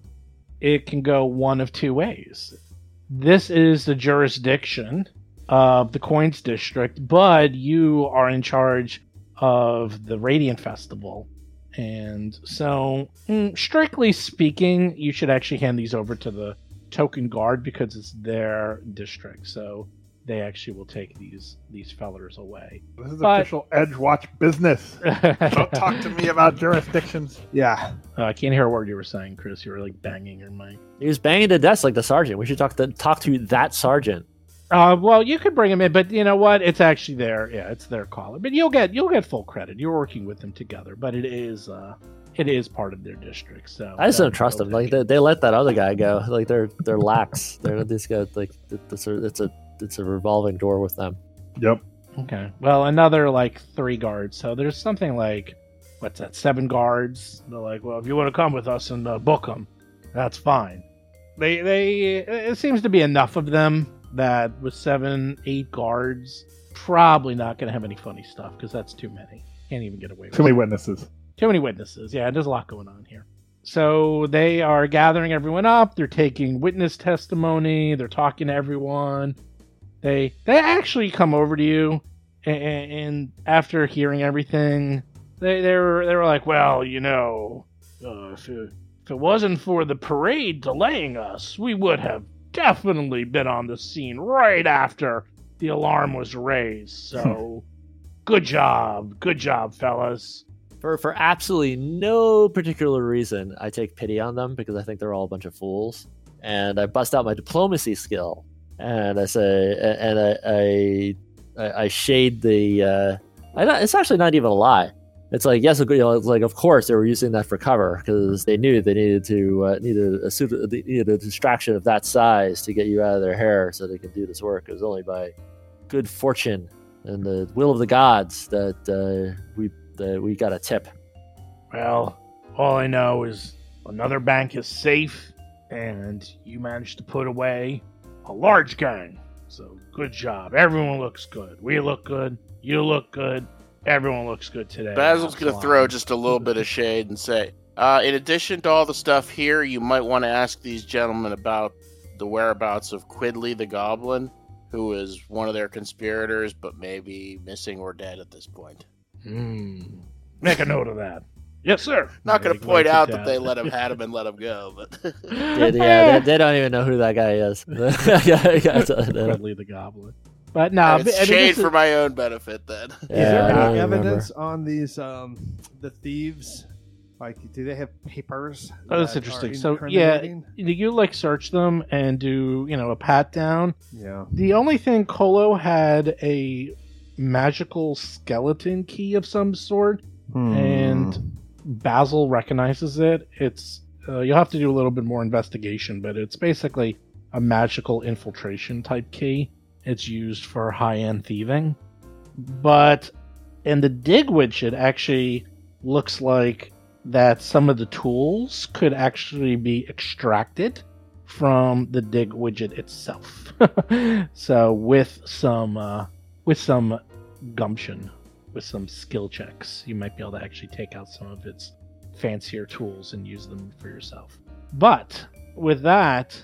It can go one of two ways. This is the jurisdiction of the Coins District, but you are in charge of the Radiant Festival. And so, mm, strictly speaking, you should actually hand these over to the token guard because it's their district. So they actually will take these these fellers away.
This is
But-
official Edge Watch business. Don't talk to me about jurisdictions.
yeah.
Uh, I can't hear a word you were saying, Chris. You were like banging your mic.
He was banging the desk like the sergeant. We should talk to talk to that sergeant.
Uh, well, you could bring him in, but you know what? It's actually their yeah, it's their caller. But you'll get you'll get full credit. You're working with them together, but it is uh, it is part of their district. So
I just
that-
don't trust
they'll
them.
take
Like they, they let that other guy go. Like they're they're lax. They're these guys like th- it's a it's a it's a revolving door with them.
Yep.
it. okay. Well, another like three guards. So there's something like what's that? Seven guards. They're like, well, if you want to come with us and uh, book them, that's fine. They they it seems to be enough of them that with seven eight guards, probably not going to have any funny stuff because that's too many. Can't even get away with
Too
it.
many witnesses.
Too many witnesses. Yeah, there's a lot going on here. So they are gathering everyone up. They're taking witness testimony. They're talking to everyone. They they actually come over to you, and, and after hearing everything, they they were they were like, well, you know, uh, if it, if it wasn't for the parade delaying us, we would have definitely been on the scene right after the alarm was raised. So, good job, good job, fellas.
For for absolutely no particular reason, I take pity on them because I think they're all a bunch of fools. And I bust out my diplomacy skill, and I say, and I I, I, I shade the. Uh, I don't, it's actually not even a lie. It's like yes, you know, it's like of course they were using that for cover because they knew they needed to uh, needed a suit, they needed a distraction of that size to get you out of their hair so they could do this work. It was only by good fortune and the will of the gods that uh, we that we got a tip.
Well, all I know is another bank is safe, and you managed to put away a large gang. So good job. Everyone looks good. We look good. You look good. Everyone looks good today.
Basil's going to
That's
throw
why.
just a little bit of shade and say, uh, in addition to all the stuff here, you might want to ask these gentlemen about the whereabouts of Quidley the Goblin, who is one of their conspirators, but maybe missing or dead at this point.
Hmm. Make a note of that. Yes, sir.
Not going
Make
to point
notes
out
of
that they let him had him and let him go, but
Yeah, yeah, they, they don't even know who that guy is. Yeah, yeah, so they don't-
Ridley the Goblin. But no,
it's
I mean,
shade
this is-
for my own benefit then.
Is
yeah,
there
I don't
any
remember.
evidence on these um, the thieves? Like, do they have papers?
Oh, that's
that are
interesting. So,
incriminating?
you like search them and do you know a pat down.
yeah,
The only thing Colo had a magical skeleton key of some sort,
Hmm.
and Basil recognizes it. It's uh, you'll have to do a little bit more investigation, but it's basically a magical infiltration type key. It's used for high end thieving, but in the dig widget actually looks like that some of the tools could actually be extracted from the dig widget itself. so with some uh, with some gumption, with some skill checks, you might be able to actually take out some of its fancier tools and use them for yourself. But with that,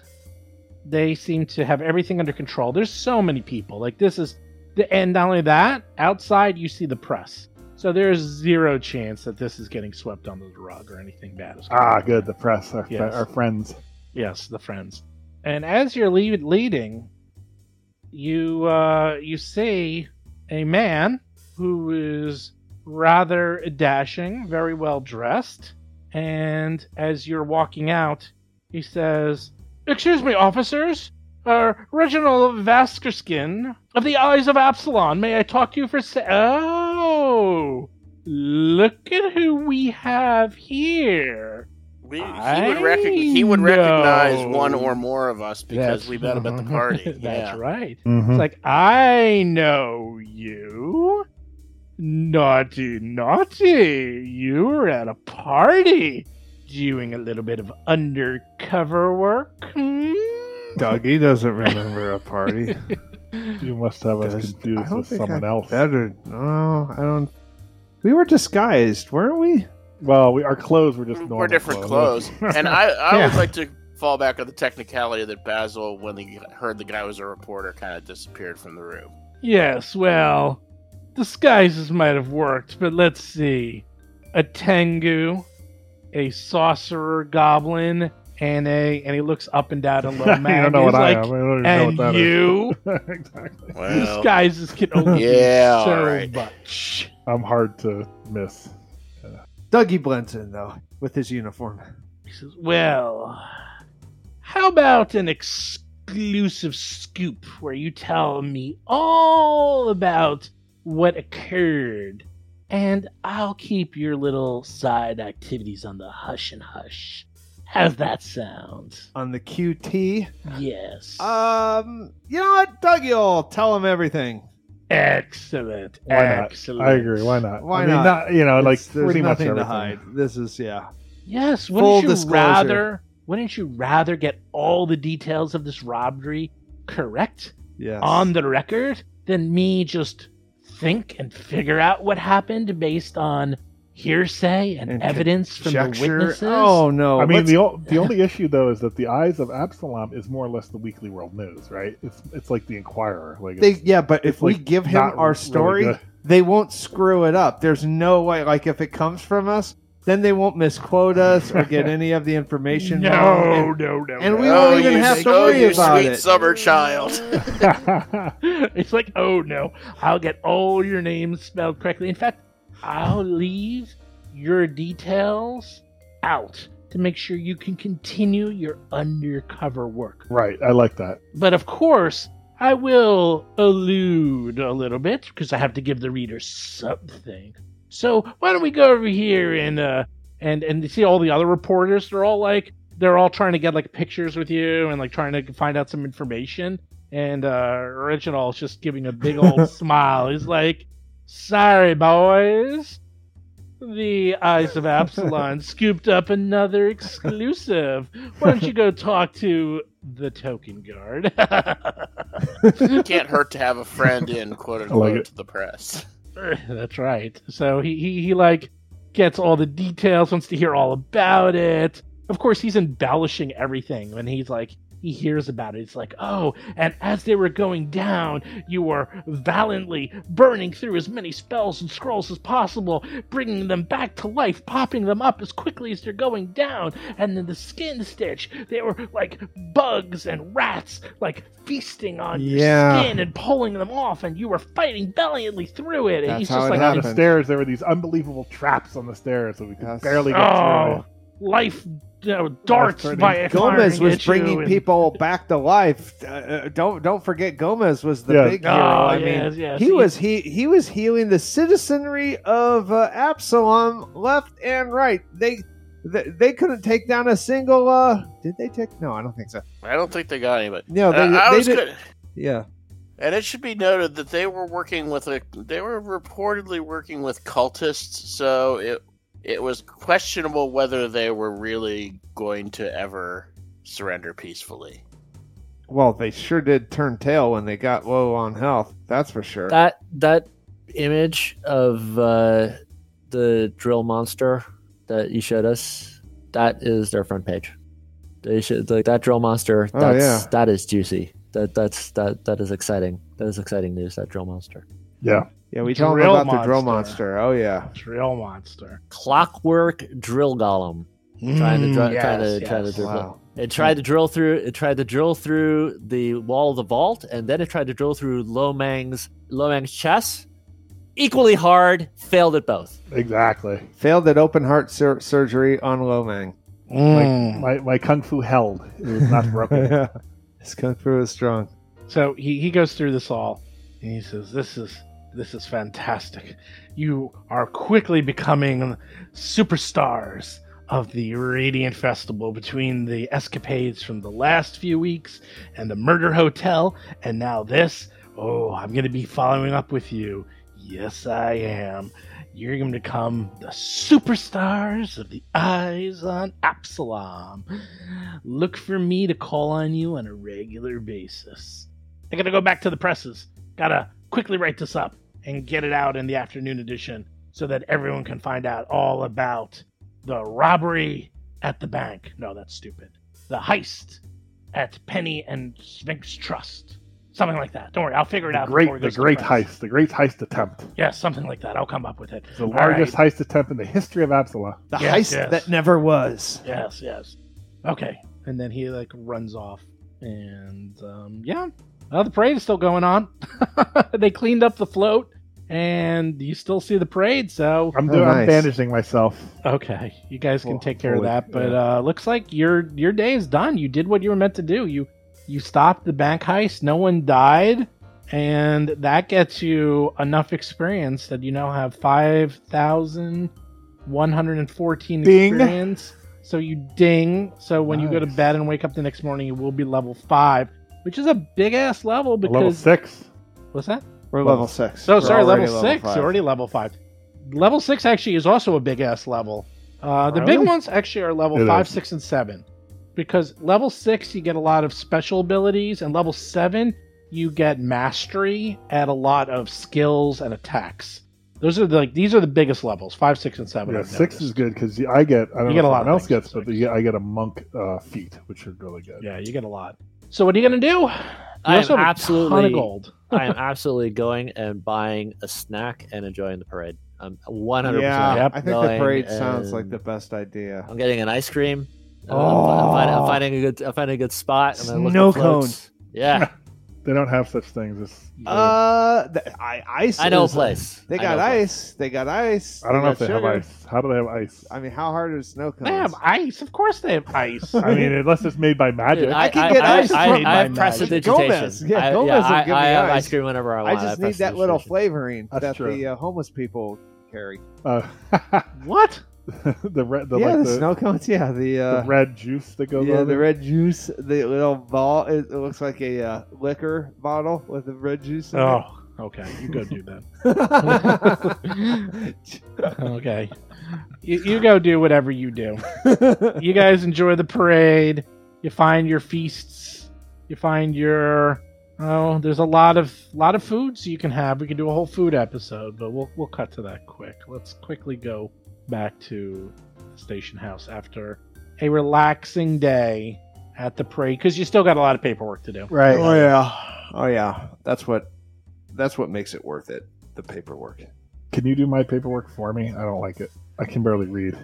they seem to have everything under control. There's so many people. Like this is the and not only that, outside you see the press. So there's zero chance that this is getting swept under the rug or anything bad is going
Ah,
on.
good. The press, our, fri-
Yes.
our friends.
Yes, the friends. And as you're lead- leading, you uh, you see a man who is rather dashing, very well dressed, and as you're walking out, he says, "Excuse me, officers. Uh, Reginald Vaskerskin of the Eyes of Absalon. May I talk to you for se- oh." Look at who we have here.
We, he,
I
would rec- he would recognize
know.
one or more of us because
That's-
we met him at the party.
That's
yeah.
right.
Mhm.
Mm-hmm.
It's like I know you. Naughty, naughty! You were at a party, doing a little bit of undercover work. Hmm?
Dougie doesn't remember a party.
you must have us
Does-
confused with
think
someone
I
else.
Better. No, I don't. We were disguised, weren't we?
Well, we, our clothes were just normal.
We're different clothes. and I, I would
Yeah.
like to fall back on the technicality that Basil, when he heard the guy was a reporter, kind of disappeared from the room.
Yes, well, disguises might have worked, but let's see. A Tengu, a sorcerer goblin, and a and he looks up and down and low.
I don't know what I am. I don't even
And
know what that is.
you.
exactly.
Well,
disguises can only
Yeah,
do so
alright.
much.
I'm hard to miss.
Dougie blends in though with his uniform.
He says, Well, how about an exclusive scoop where you tell me all about what occurred, and I'll keep your little side activities on the hush and hush. How's that sound?
on the QT.
Yes.
Uh,
Um, you know what, Dougie will tell him everything.
excellent.
Why not?
excellent.
I agree. Why not?
Why
I mean,
not?
You know, like
It's- there's
pretty much
nothing to
everything.
hide. This is yeah.
Yes,
Full
wouldn't you
disclosure.
rather? Wouldn't you rather get all the details of this robbery correct
Yes.
on the record than me just think and figure out what happened based on
hearsay and,
And
evidence from the
Conjecture-
witnesses.
Oh no!
I mean,
let's-
the o- the only issue though is that the eyes of Absalom is more or less the Weekly World News, right? It's it's like the Inquirer. Like
they,
it's
yeah, but if
it's,
we
like,
give him
not
our
really
story,
good.
they won't screw it up. There's no way. Like if it comes from us, then they won't misquote us or get any of the information. wrong. And-
no, no,
and we
no.
won't even
you,
have to
oh,
worry
you
about
sweet
it.
summer child.
it's like, oh no, I'll get all your names spelled correctly. In fact, I'll leave your details out to make sure you can continue your undercover work.
right. I like that.
But of course, I will allude a little bit because I have to give the reader something. So why don't we go over here and uh and and you see all the other reporters? They're all like they're all trying to get like pictures with you and like trying to find out some information. And uh Reginald's just giving a big old smile. He's like, "Sorry, boys." The eyes of Absalon scooped up another exclusive. Why don't you go talk to the token guard?
Can't hurt to have a friend in quote
I like
unquote
it.
to the press.
That's right. So he, he he like gets all the details, wants to hear all about it. Of course, he's embellishing everything when he's like he hears about it. It's like, oh, and as they were going down, you were valiantly burning through as many spells and scrolls as possible, bringing them back to life, popping them up as quickly as they're going down. And then the skin stitch, they were like bugs and rats, like feasting on
Yeah.
your skin and pulling them off, and you were fighting valiantly through it. And
That's
he's
how
just
it
like,
On the
Happened.
stairs, there were these unbelievable traps on the stairs that we could
Yes.
barely get
oh, life you know, darts
Life-threatening.
by
Gomez
firing
was
at you
bringing
and-
people back to life. Uh, Uh, don't don't forget, Gomez was the
Yeah.
big
Oh,
hero. I mean,
yes, yes.
he was he he was healing the citizenry of uh, Absalom left and right. They, they they couldn't take down a single. uh Did they take? No, I don't think so.
I don't think they got anybody.
No, they,
And Uh, I, I
they
was
did.
good.
Yeah,
And it should be noted that they were working with a they were reportedly working with cultists, so it it was questionable whether they were really going to ever surrender peacefully.
well, they sure did turn tail when they got low on health. That's for sure.
That that image of uh, the drill monster that you showed us, that is their front page. They should like that drill monster.
Oh,
That's
yeah.
that is juicy. That that's that that is exciting. That is exciting news. That drill monster.
Yeah.
yeah, we told them
Drill
about the drill
monster.
monster. Oh yeah,
Drill monster.
Clockwork drill golem. Trying to dri- trying to
Mm, yes,
trying to
yes.
drill.
wow.
It tried to drill through. It tried to drill through the wall of the vault, and then it tried to drill through Lomang's Lomang's chest. Equally hard, failed at both.
exactly.
Failed at open heart sur- surgery on Lomang.
Mm.
My my kung fu held. It was not broken.
yeah, his kung fu is strong.
So he, he goes through this all and he says, This is this is fantastic. You are quickly becoming superstars of the Radiant Festival between the escapades from the last few weeks and the murder hotel and now this. Oh, I'm gonna be following up with you. Yes I am. You're gonna become the superstars of the eyes on Absalom. Look for me to call on you on a regular basis. I gotta go back to the presses. Gotta quickly write this up and get it out in the afternoon edition so that everyone can find out all about the robbery at the bank. No, that's stupid. The heist at Penny and Sphinx Trust. Something like that. Don't worry, I'll figure it
The
out.
great,
before it
the
goes to
great
press.
heist, the great heist attempt,
Yeah, something like that. I'll come up with it.
the
All
largest
right.
heist attempt in the history of Absalom.
The
Yes,
heist
yes.
that never was.
Yes, yes. Okay. And then he like runs off. And um, yeah. Well, the parade's still going on. they cleaned up the float and you still see the parade, so
I'm
Oh,
doing, I'm
nice.
bandaging myself.
okay. You guys can
Well,
take care
fully,
of that. But uh looks like your your day is done. You did what you were meant to do. You you stopped the bank heist, no one died, and that gets you enough experience that you now have five thousand one hundred and fourteen
Ding.
experience. So you ding. So when you go to
Nice.
bed and wake up the next morning, you will be level five, which is a big ass level because
Level six.
what's that?
We're
Level-
level, six.
So
We're
sorry,
already
level, six.
five.
You're already level five. Level six actually is also a big ass level. Uh, the
Really?
big ones actually are level
It
five,
is.
six, and seven, because level six you get a lot of special abilities, and level seven you get mastery at a lot of skills and attacks. Those are the, like these are the biggest levels five, six, and seven.
Yeah,
I've
six
noticed.
is good because I get. I
You get a
don't know if
lot of
anyone else
things
gets,
with
but the, I get a monk uh, feet, which are really good.
Yeah, you get a lot. So what are you gonna do? You
I
also
am
have a ton
absolutely
of gold.
I am absolutely going and buying a snack and enjoying the parade. I'm 100%.
Yeah,
Yep.
I think the
going
parade sounds
and
like the best idea.
I'm getting an ice cream. I'm- I'm, finding, I'm
Oh.
finding a good. I'm finding a good spot. I'm gonna look
Snow
at floats. Yeah,
They don't have such things. It's,
Uh, the, I, ice.
I know a
is-
place.
They
I
got
know a place.
ice. They got ice.
I don't
got
know if they have
sugar.
ice. How do they have ice?
I mean, how hard is snow cones?
They have ice. Of course they have ice.
I mean, unless it's made by magic.
Dude,
I can get ice
I,
from
I, I have
Gomez.
prestidigitation.
Gomez. Yeah,
I,
Gomez will
I,
give
I
me
have
ice.
ice cream whenever I
I
want.
just
have
need that little
prestidigitation.
flavoring
That's
that
true.
the uh, homeless people carry.
uh,
what?
the red, the,
yeah,
like,
the,
the,
snow cones. Yeah, the,
the
uh,
red juice that goes
yeah
over.
the
it.
red juice. The little ball. It, it looks like a uh, liquor bottle with the red juice. In
Oh, okay. You go do that.
it.
Okay. You, you go do whatever you do. You guys enjoy the parade. You find your feasts. You find your oh, there's a lot of lot of foods you can have. We can do a whole food episode, but we'll we'll cut to that quick. Let's quickly go back to the station house after a relaxing day at the parade because you still got a lot of paperwork to do.
Right.
Oh yeah. Oh yeah. That's what. That's what makes it worth it. The paperwork.
Can you do my paperwork for me? I don't like it. I can barely read.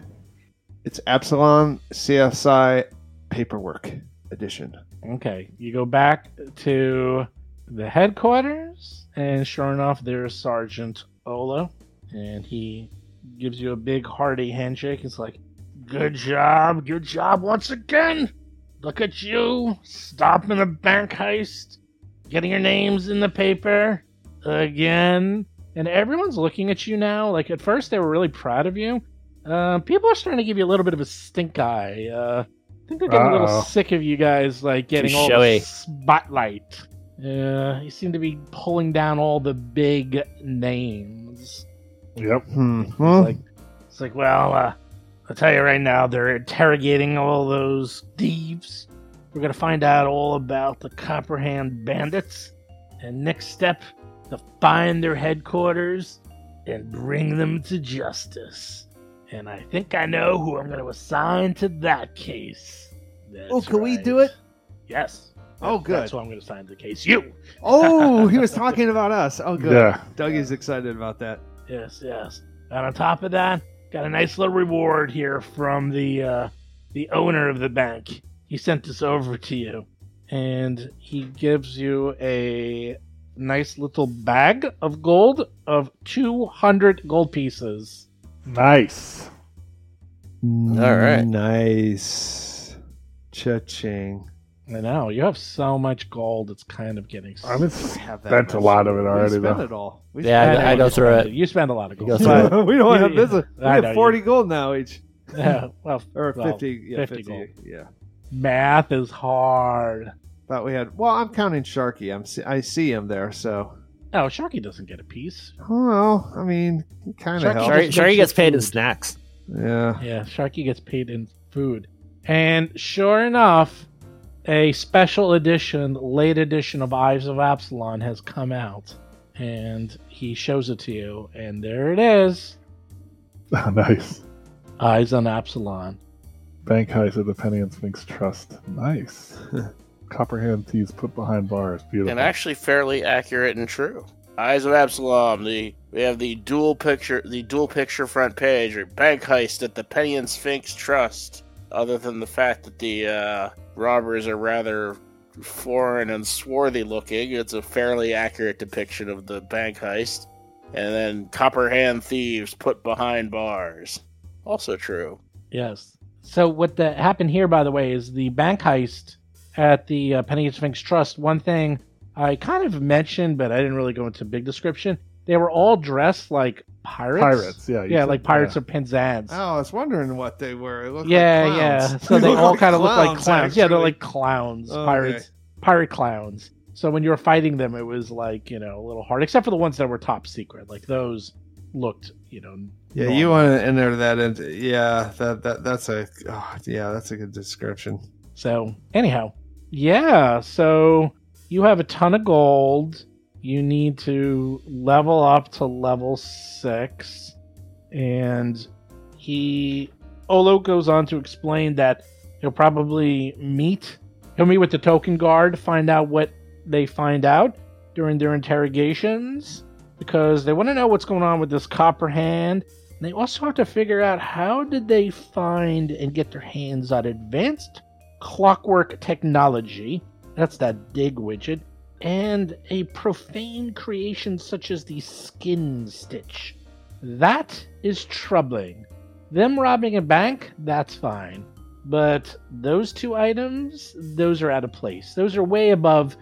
It's Epsilon CSI paperwork edition.
Okay, you go back to the headquarters, and sure enough, there's Sergeant Ola, and he gives you a big hearty handshake. It's like, "Good job, good job once again. Look at you stopping the bank heist, getting your names in the paper again." And everyone's looking at you now. Like at first, they were really proud of you. Uh, people are starting to give you a little bit of a stink eye. Uh, I think they're getting a
Uh-oh.
little sick of you guys, like getting all
showy.
the spotlight. Uh, you seem to be pulling down all the big names.
Yep.
Hmm.
It's like, it's like, well, uh, I'll tell you right now, they're interrogating all those thieves. We're gonna find out all about the Copperhand Bandits, and next step, to find their headquarters and bring them to justice. And I think I know who I'm gonna assign to that case. That's
Oh, can we do
right.
it?
Yes.
Oh,
That's-
good.
That's who I'm gonna assign to the case. You.
Oh, he was talking about us. Oh, good.
Yeah.
Doug is excited about that.
Yes, yes. And on top of that, got a nice little reward here from the uh, the owner of the bank. He sent this over to you, and he gives you a nice little bag of gold of two hundred gold pieces.
Nice.
All
right.
Nice. Cha-ching.
I know you have so much gold; it's kind of getting.
I mean, it's-
Have
that's a
much.
lot of it
We
already,
spent
though.
it all. We
Yeah,
spent
I- I
it
go
all.
through it.
You spend a lot of
You
gold.
go through it.
we don't have
You-
this. We
I know,
have
you-
forty gold now each,
Yeah, well,
or
Well,
fifty. Yeah,
50
fifty.
gold.
Yeah.
math is hard.
Thought we had. Well, I'm counting Sharky. I'm. See, I see him there. So.
Oh, Sharky doesn't get a piece.
Well, I mean, kind
Sharky
of helps.
Sure,
just
sure
makes
he gets
your
paid in
food.
snacks.
Yeah.
Yeah, Sharky gets paid in food. And sure enough, a special edition, late edition of Eyes of Absalon has come out. And he shows it to you. And there it is
nice.
Eyes on Absalon.
Bank heist of the Penny and Sphinx Trust. Nice. Copperhand teas put behind bars. Beautiful.
and actually fairly accurate and true. Eyes of Absalom. The we have the dual picture, the dual picture front page, or bank heist at the Penny and Sphinx Trust. Other than the fact that the uh, robbers are rather foreign and swarthy looking, it's a fairly accurate depiction of the bank heist. And then Copperhand thieves put behind bars. Also true.
Yes. So what the happened here, by the way, is the bank heist at the uh, Penny and Sphinx Trust. One thing I kind of mentioned, but I didn't really go into big description. They were all dressed like pirates.
pirates. Yeah. you
Yeah,
said-
like pirates of Penzance.
Oh, I was wondering what they were. It looked
yeah,
like
yeah.
clowns.
So they all kind of look like
clowns,
clowns. Yeah, they're
actually. Oh,
like clowns,
Okay.
pirates, pirate clowns. So when you were fighting them, it was like you know a little hard, except for the ones that were top secret. Like those looked, you know.
Yeah,
normal.
you want to enter that into yeah that that that's a oh, yeah that's a good description.
So anyhow, yeah. So you have a ton of gold, you need to level up to level six. And he Olo goes on to explain that he'll probably meet he'll meet with the token guard, find out what they find out during their interrogations, because they want to know what's going on with this copper hand. And they also have to figure out how did they find and get their hands on advanced clockwork technology. That's that dig widget. And a profane creation such as the skin stitch. That is troubling. Them robbing a bank, that's fine. But those two items, those are out of place. Those are way above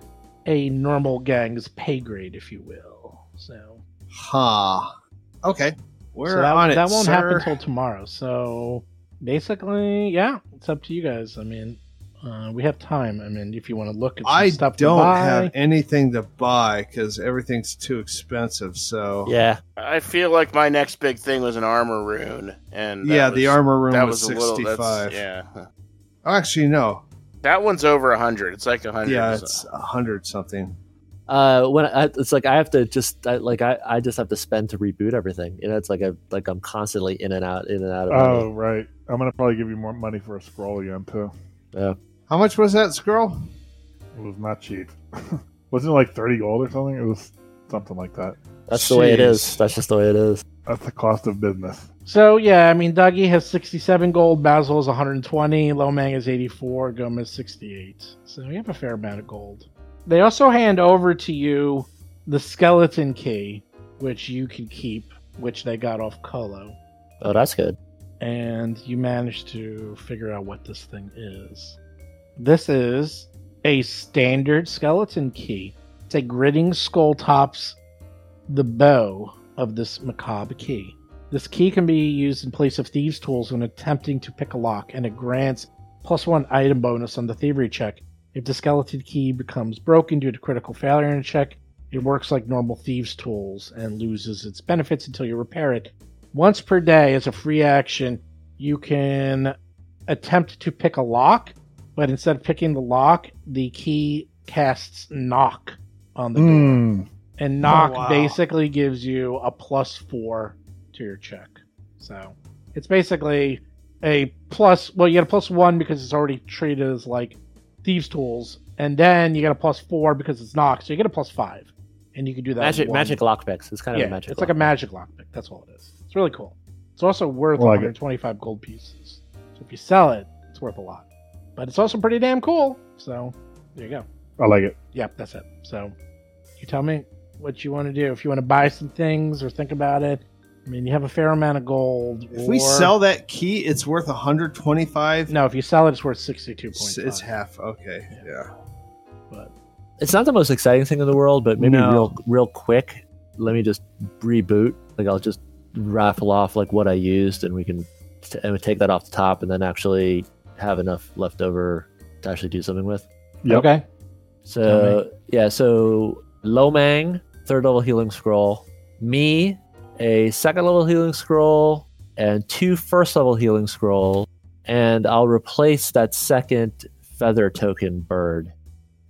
a normal gang's pay grade, if you will. So,
Ha. Okay. We're
so that,
on it.
that won't
sir.
happen until tomorrow. So basically, yeah, it's up to you guys. I mean, uh, we have time. I mean, if you want to look at some
I
stuff, to
don't
buy,
have anything to buy because everything's too expensive. So
Yeah.
I feel like my next big thing was an armor rune, and that
yeah, the
was-
armor room
that
was,
a little- that's-
sixty-five.
yeah,
Oh, actually, no.
that one's over hundred. It's like hundred.
Yeah, it's a hundred something.
Uh, when I, it's like I have to just I, like I, I just have to spend to reboot everything. You know, it's like I like I'm constantly in and out, in and out of
Oh,
money.
right. I'm gonna probably give you more money for a scroll again too.
How much was that scroll?
It was not cheap. Wasn't it like thirty gold or something? It was something like that.
That's the way it is.
jeez.
That's just the way it is.
That's the cost of business.
So yeah, I mean, Dougie has 67 gold, Basil is 120, Lomang is 84, Gomez 68. So you have a fair amount of gold. They also hand over to you the skeleton key, which you can keep, which they got off Colo,
Oh, that's good.
and you manage to figure out what this thing is. This is a standard skeleton key. It's a gritting skull tops the bow of this macabre key. This key can be used in place of thieves' tools when attempting to pick a lock, and it grants plus one item bonus on the thievery check. If the skeleton key becomes broken due to critical failure in a check, it works like normal thieves' tools and loses its benefits until you repair it. Once per day, as a free action, you can attempt to pick a lock, but instead of picking the lock, the key casts knock on the door.
Mm.
And knock
Oh, wow.
basically gives you a plus four to your check. So it's basically a plus. Well, you get a plus one because it's already treated as like thieves' tools, and then you get a plus four because it's knock. So you get a plus five, and you can do that.
Magic
one-
magic lockpicks. It's kind
yeah,
of a magic.
it's like a
lockpick.
magic lockpick. That's all it is. It's really cool. It's also worth
I like it.
125 gold pieces. So if you sell it, it's worth a lot. But it's also pretty damn cool. So there you go.
I like it.
Yep, that's it. So you tell me what you want to do. If you want to buy some things or think about it. I mean, you have a fair amount of gold.
If we
or-
sell that key, it's worth hundred twenty-five.
no, if you sell it, it's worth sixty-two points.
It's, it's half. Okay. Yeah.
It's not the most exciting thing in the world, but maybe
No.
real real quick. Let me just reboot. Like I'll just raffle off like what I used, and we can t- and we take that off the top, and then actually have enough left over to actually do something with.
Yep.
Okay.
So yeah, so Lomang, third level healing scroll, me, a second level healing scroll, and two first level healing scroll, and I'll replace that second feather token bird.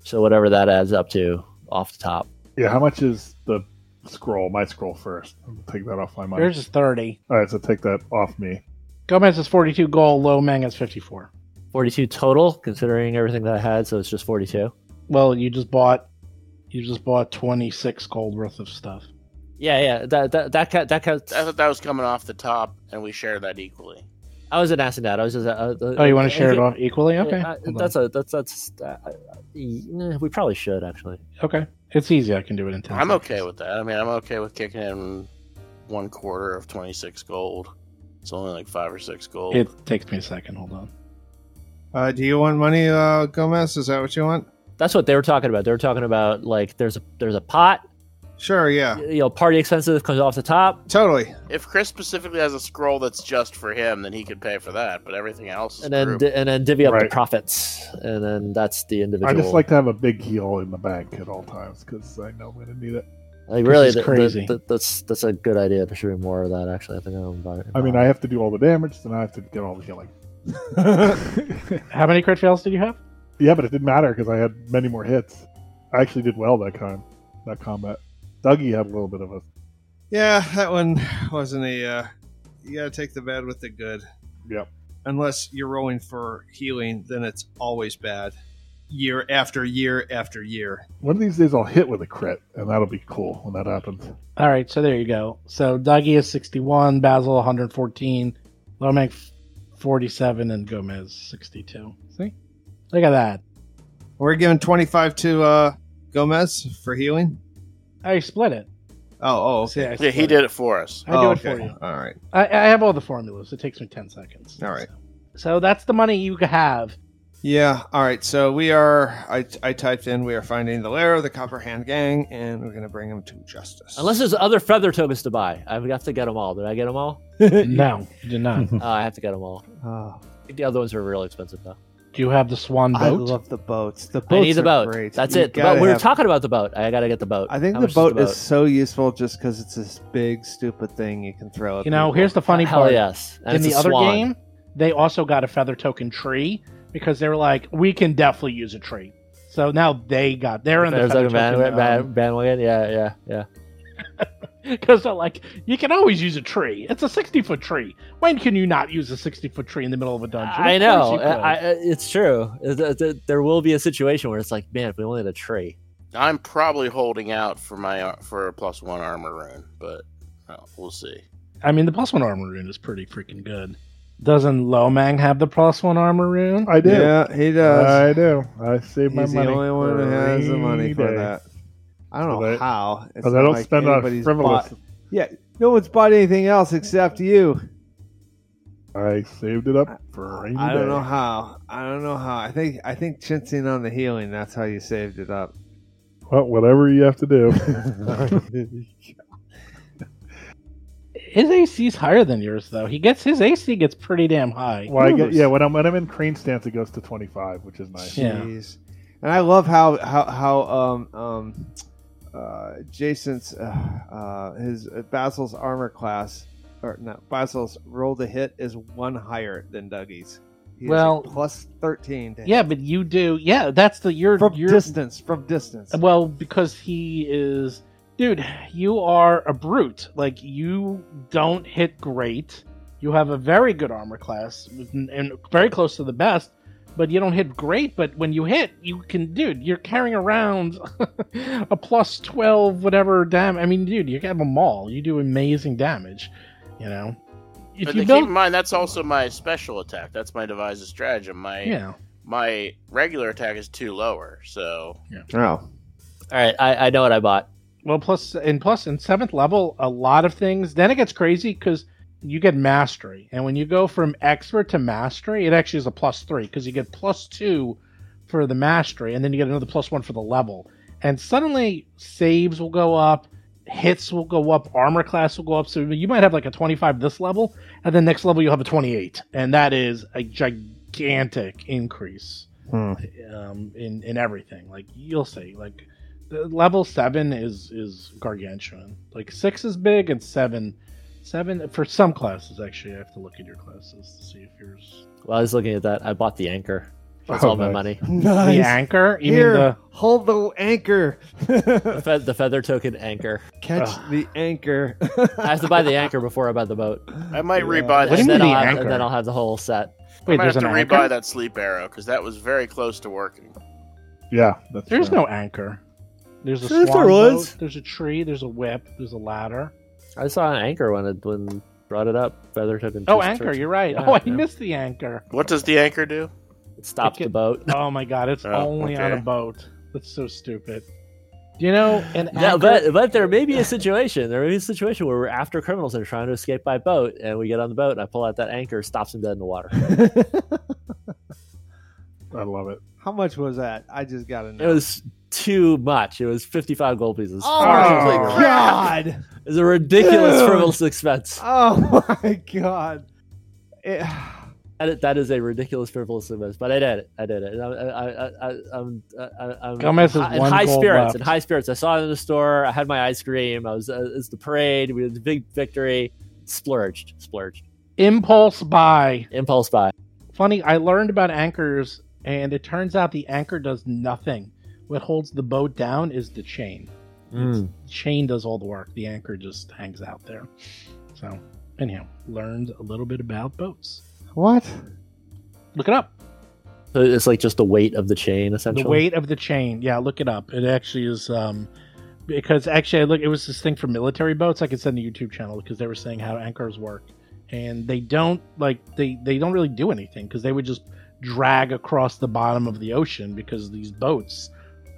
So whatever that adds up to off the top.
Yeah. How much is the scroll? My scroll first. I'm gonna take that off my money.
Yours is thirty.
All right, so take that off me.
Gomez is forty-two gold. Low Mang is fifty-four.
Forty-two total, considering everything that I had, so it's just forty-two.
Well, you just bought. You just bought twenty-six gold worth of stuff.
Yeah, yeah, that that that ca- that counts.
I thought that was coming off the top, and we share that equally.
I wasn't asking that. I was just. Uh,
Oh, you want to share it off equally? Okay.
Yeah, I-
Hold
that's a that's that's. Uh, uh, eh, we probably should actually.
on. okay. It's easy. I can do it in ten.
I'm
seconds.
okay with that. I mean, I'm okay with kicking in one quarter of 26 gold. It's only like five or six gold.
It takes me a second. Hold on.
Uh, do you want money, uh, Gomez? Is that what you want?
That's what they were talking about. They were talking about like there's a there's a pot,
Sure. Yeah.
you know, party expenses comes off the top,
Totally.
if Chris specifically has a scroll that's just for him, then he could pay for that. But everything else is
and then
group.
di- and then divvy up the
Right.
profits, and then that's the individual.
I just like to have a big heel in the bank at all times because I know I'm gonna need it.
Like, really
is
th- th-
crazy.
th- that's that's a good idea. There should be more of that. Actually, I think I'm about it.
I mean, I have to do all the damage, then I have to get all the healing.
How many crit fails did you have?
yeah, but it didn't matter because I had many more hits. I actually did well that time. that combat. Dougie had a little bit of a
Yeah, that one wasn't a. Uh, you gotta take the bad with the good.
Yep.
Unless you're rolling for healing, then it's always bad. Year after year after year.
one of these days I'll hit with a crit, and that'll be cool when that happens.
All right, so there you go. So Dougie is 61, Basil 114, Lomac 47, and Gomez 62. See? Look at that.
We're giving 25 to uh, Gomez for healing.
I split it.
Oh, oh,
See,
okay.
I
Yeah,
split
he
it.
did it for us.
I
oh,
do it
okay.
for you.
All right.
I, I have all the formulas. It takes me 10 seconds.
All right.
So that's the money you have.
Yeah. All right. So we are. I, I typed in. We are finding the lair of the Copper Hand Gang, and we're gonna bring them to justice.
Unless there's other feather tokens to buy. I've got to get them all. Did I get them all?
No, you did not.
Oh, I have to get them all.
Oh,
Ah,
The other ones are real expensive though.
Do you have the swan
I
boat?
love the boats. The boats
I need the
are
boat.
great.
That's
You
it. The
gotta
boat- We were
have-
talking about the boat. I gotta get the boat.
I think
How
the
much is
boat, is so useful just because it's this big stupid thing you can throw. At
you know,
people.
here's the funny
Hell
part.
yes.
in
And it's
the
a
other
swan.
game, they also got a feather token tree because they were like, we can definitely use a tree. So now they got they're in the
There's
feather
like a band- band-
token um,
bandwagon. Yeah, yeah, yeah.
because they're like, you can always use a tree. It's a sixty foot tree. When can you not use a sixty foot tree in the middle of a dungeon?
I
Of course
know.
you could.
I, I, it's true. Th- th- There will be a situation where it's like, man, if we only had a tree.
I'm probably holding out for my ar- for a plus one armor rune, but well, we'll see.
I mean, the plus one armor rune is pretty freaking good. Doesn't Lomang have the plus one armor rune?
I do.
Yeah, he does.
I do. I save my
He's
money.
the only one who has the money for
every day.
that. I don't know
But I-
how. It's
Because
not
I don't
like
spend on
anybody's
frivolous.
bought- No one's bought anything else except you.
I saved it up for a rainy
I don't
day.
know how. I don't know how. I think I think chintzing on the healing. That's how you saved it up.
Well, whatever you have to do.
His AC's higher than yours, though. He gets his AC gets pretty damn high.
well, I get, yeah, when I'm when I'm in crane stance, it goes to 25, which is nice.
Yeah.
Jeez. And I love how how how um um uh Jason's uh, uh his uh, Basil's armor class or not Basil's roll to hit is one higher than Dougie's. He is a
Well-
plus thirteen. To hit.
Yeah, but you do. Yeah, that's the your
from
your
distance. From distance.
Well, because he is, dude. You are a brute. Like you don't hit great. You have a very good armor class with- and very close to the best, but you don't hit great. But when you hit, you can, dude. You're carrying around a plus twelve whatever damage. I mean, dude, you have a maul. You do amazing damage. You know, if you
But then keep in
don't,
mind that's also my special attack. That's my devised stratagem. My
yeah.
my regular attack is two lower, so
oh.
All right, I, I know what I bought.
Well, plus and plus in seventh level, a lot of things. Then it gets crazy because you get mastery, and when you go from expert to mastery, it actually is a plus three because you get plus two for the mastery, and then you get another plus one for the level. And suddenly, saves will go up, hits will go up, armor class will go up. So you might have like a twenty-five this level, and then next level you'll have a twenty-eight, and that is a gigantic increase
Hmm.
um, in in everything. Like you'll see, like the level seven is is gargantuan. Like six is big, and seven, seven for some classes. Actually, I have to look at your classes to see if yours.
Well, I was looking at that. I bought the anchor. That's
Oh,
all my
nice.
money.
Nice.
The anchor, you
Here,
mean the
hold the anchor.
The, fe- the feather token anchor.
Catch the anchor.
I have to buy the anchor before I buy the boat.
Oh,
I might rebuy
What do you
and
that.
mean
then
the
I'll have,
anchor?
And then I'll have the whole set.
I
wait?
might have
There's
to
an
rebuy
anchor.
that sleep arrow because that was very close to working.
Yeah, that's
There's
true.
no anchor. There's a
Yes,
swan
there was.
boat, There's a tree. There's a whip. There's a ladder.
I saw an anchor when it when brought it up. Feather token.
Oh,
just-
anchor!
just-
You're right.
Yeah,
oh, I
yeah.
missed the anchor.
What does the anchor do?
It stopped the boat.
Oh my god! It's
Oh,
only on a
okay.
boat. That's so stupid. You know, an
Yeah,
anchor-
but but there may be a situation. There may be a situation where we're after criminals and are trying to escape by boat, and we get on the boat and I pull out that anchor, stops them dead in the water.
I love it.
How much was that? I just got to
It
know.
was too much. It was fifty five gold pieces.
holy
Holy
Oh,
crap.
God.
It's a ridiculous
Dude.
frivolous expense.
Oh my god. It-
That is, that is a ridiculous frivolous expense. But I did it. I did it. And I, I, I, I, I'm, I, I'm
Gomez
in
has
hi- in
one
high
gold
spirits.
left.
In high spirits. I saw it in the store. I had my ice cream. I was. Uh, it's the parade. We had the big victory. Splurged. Splurged.
impulse buy.
Impulse buy.
Funny, I learned about anchors, and it turns out the anchor does nothing. What holds the boat down is the chain.
Mm.
chain does all the work. The anchor just hangs out there. So, anyhow, learned a little bit about boats.
What?
Look it up.
So it's like just the weight of the chain, essentially.
The weight of the chain. Yeah, look it up. It actually is um because actually I look it was this thing for military boats. I could send the YouTube channel because they were saying how anchors work. And they don't like they they don't really do anything because they would just drag across the bottom of the ocean because these boats,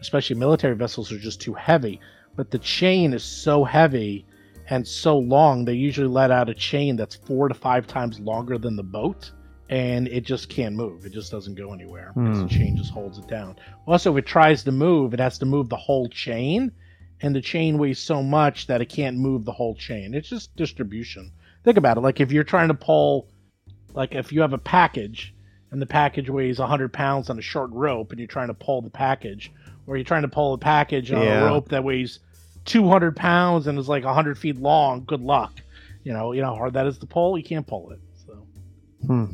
especially military vessels are just too heavy. But the chain is so heavy and so long they usually let out a chain that's 4 to 5 times longer than the boat and it just can't move. It just doesn't go anywhere because the chain just holds it down. Also, if it tries to move, it has to move the whole chain, and the chain weighs so much that it can't move the whole chain. It's just distribution. Think about it. Like if you're trying to pull, like if you have a package and the package weighs 100 pounds on a short rope and you're trying to pull the package, or you're trying to pull a package on
Yeah.
a rope that weighs 200 pounds and is like 100 feet long, good luck. You know, you know how hard that is to pull? You can't pull it. So.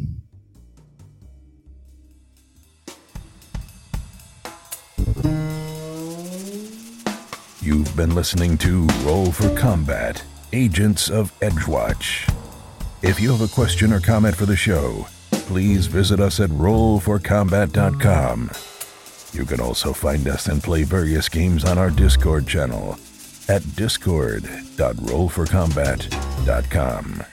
You've been listening to Roll for Combat, Agents of Edgewatch. If you have a question or comment for the show, please visit us at rollforcombat.com. You can also find us and play various games on our Discord channel at discord.rollforcombat.com.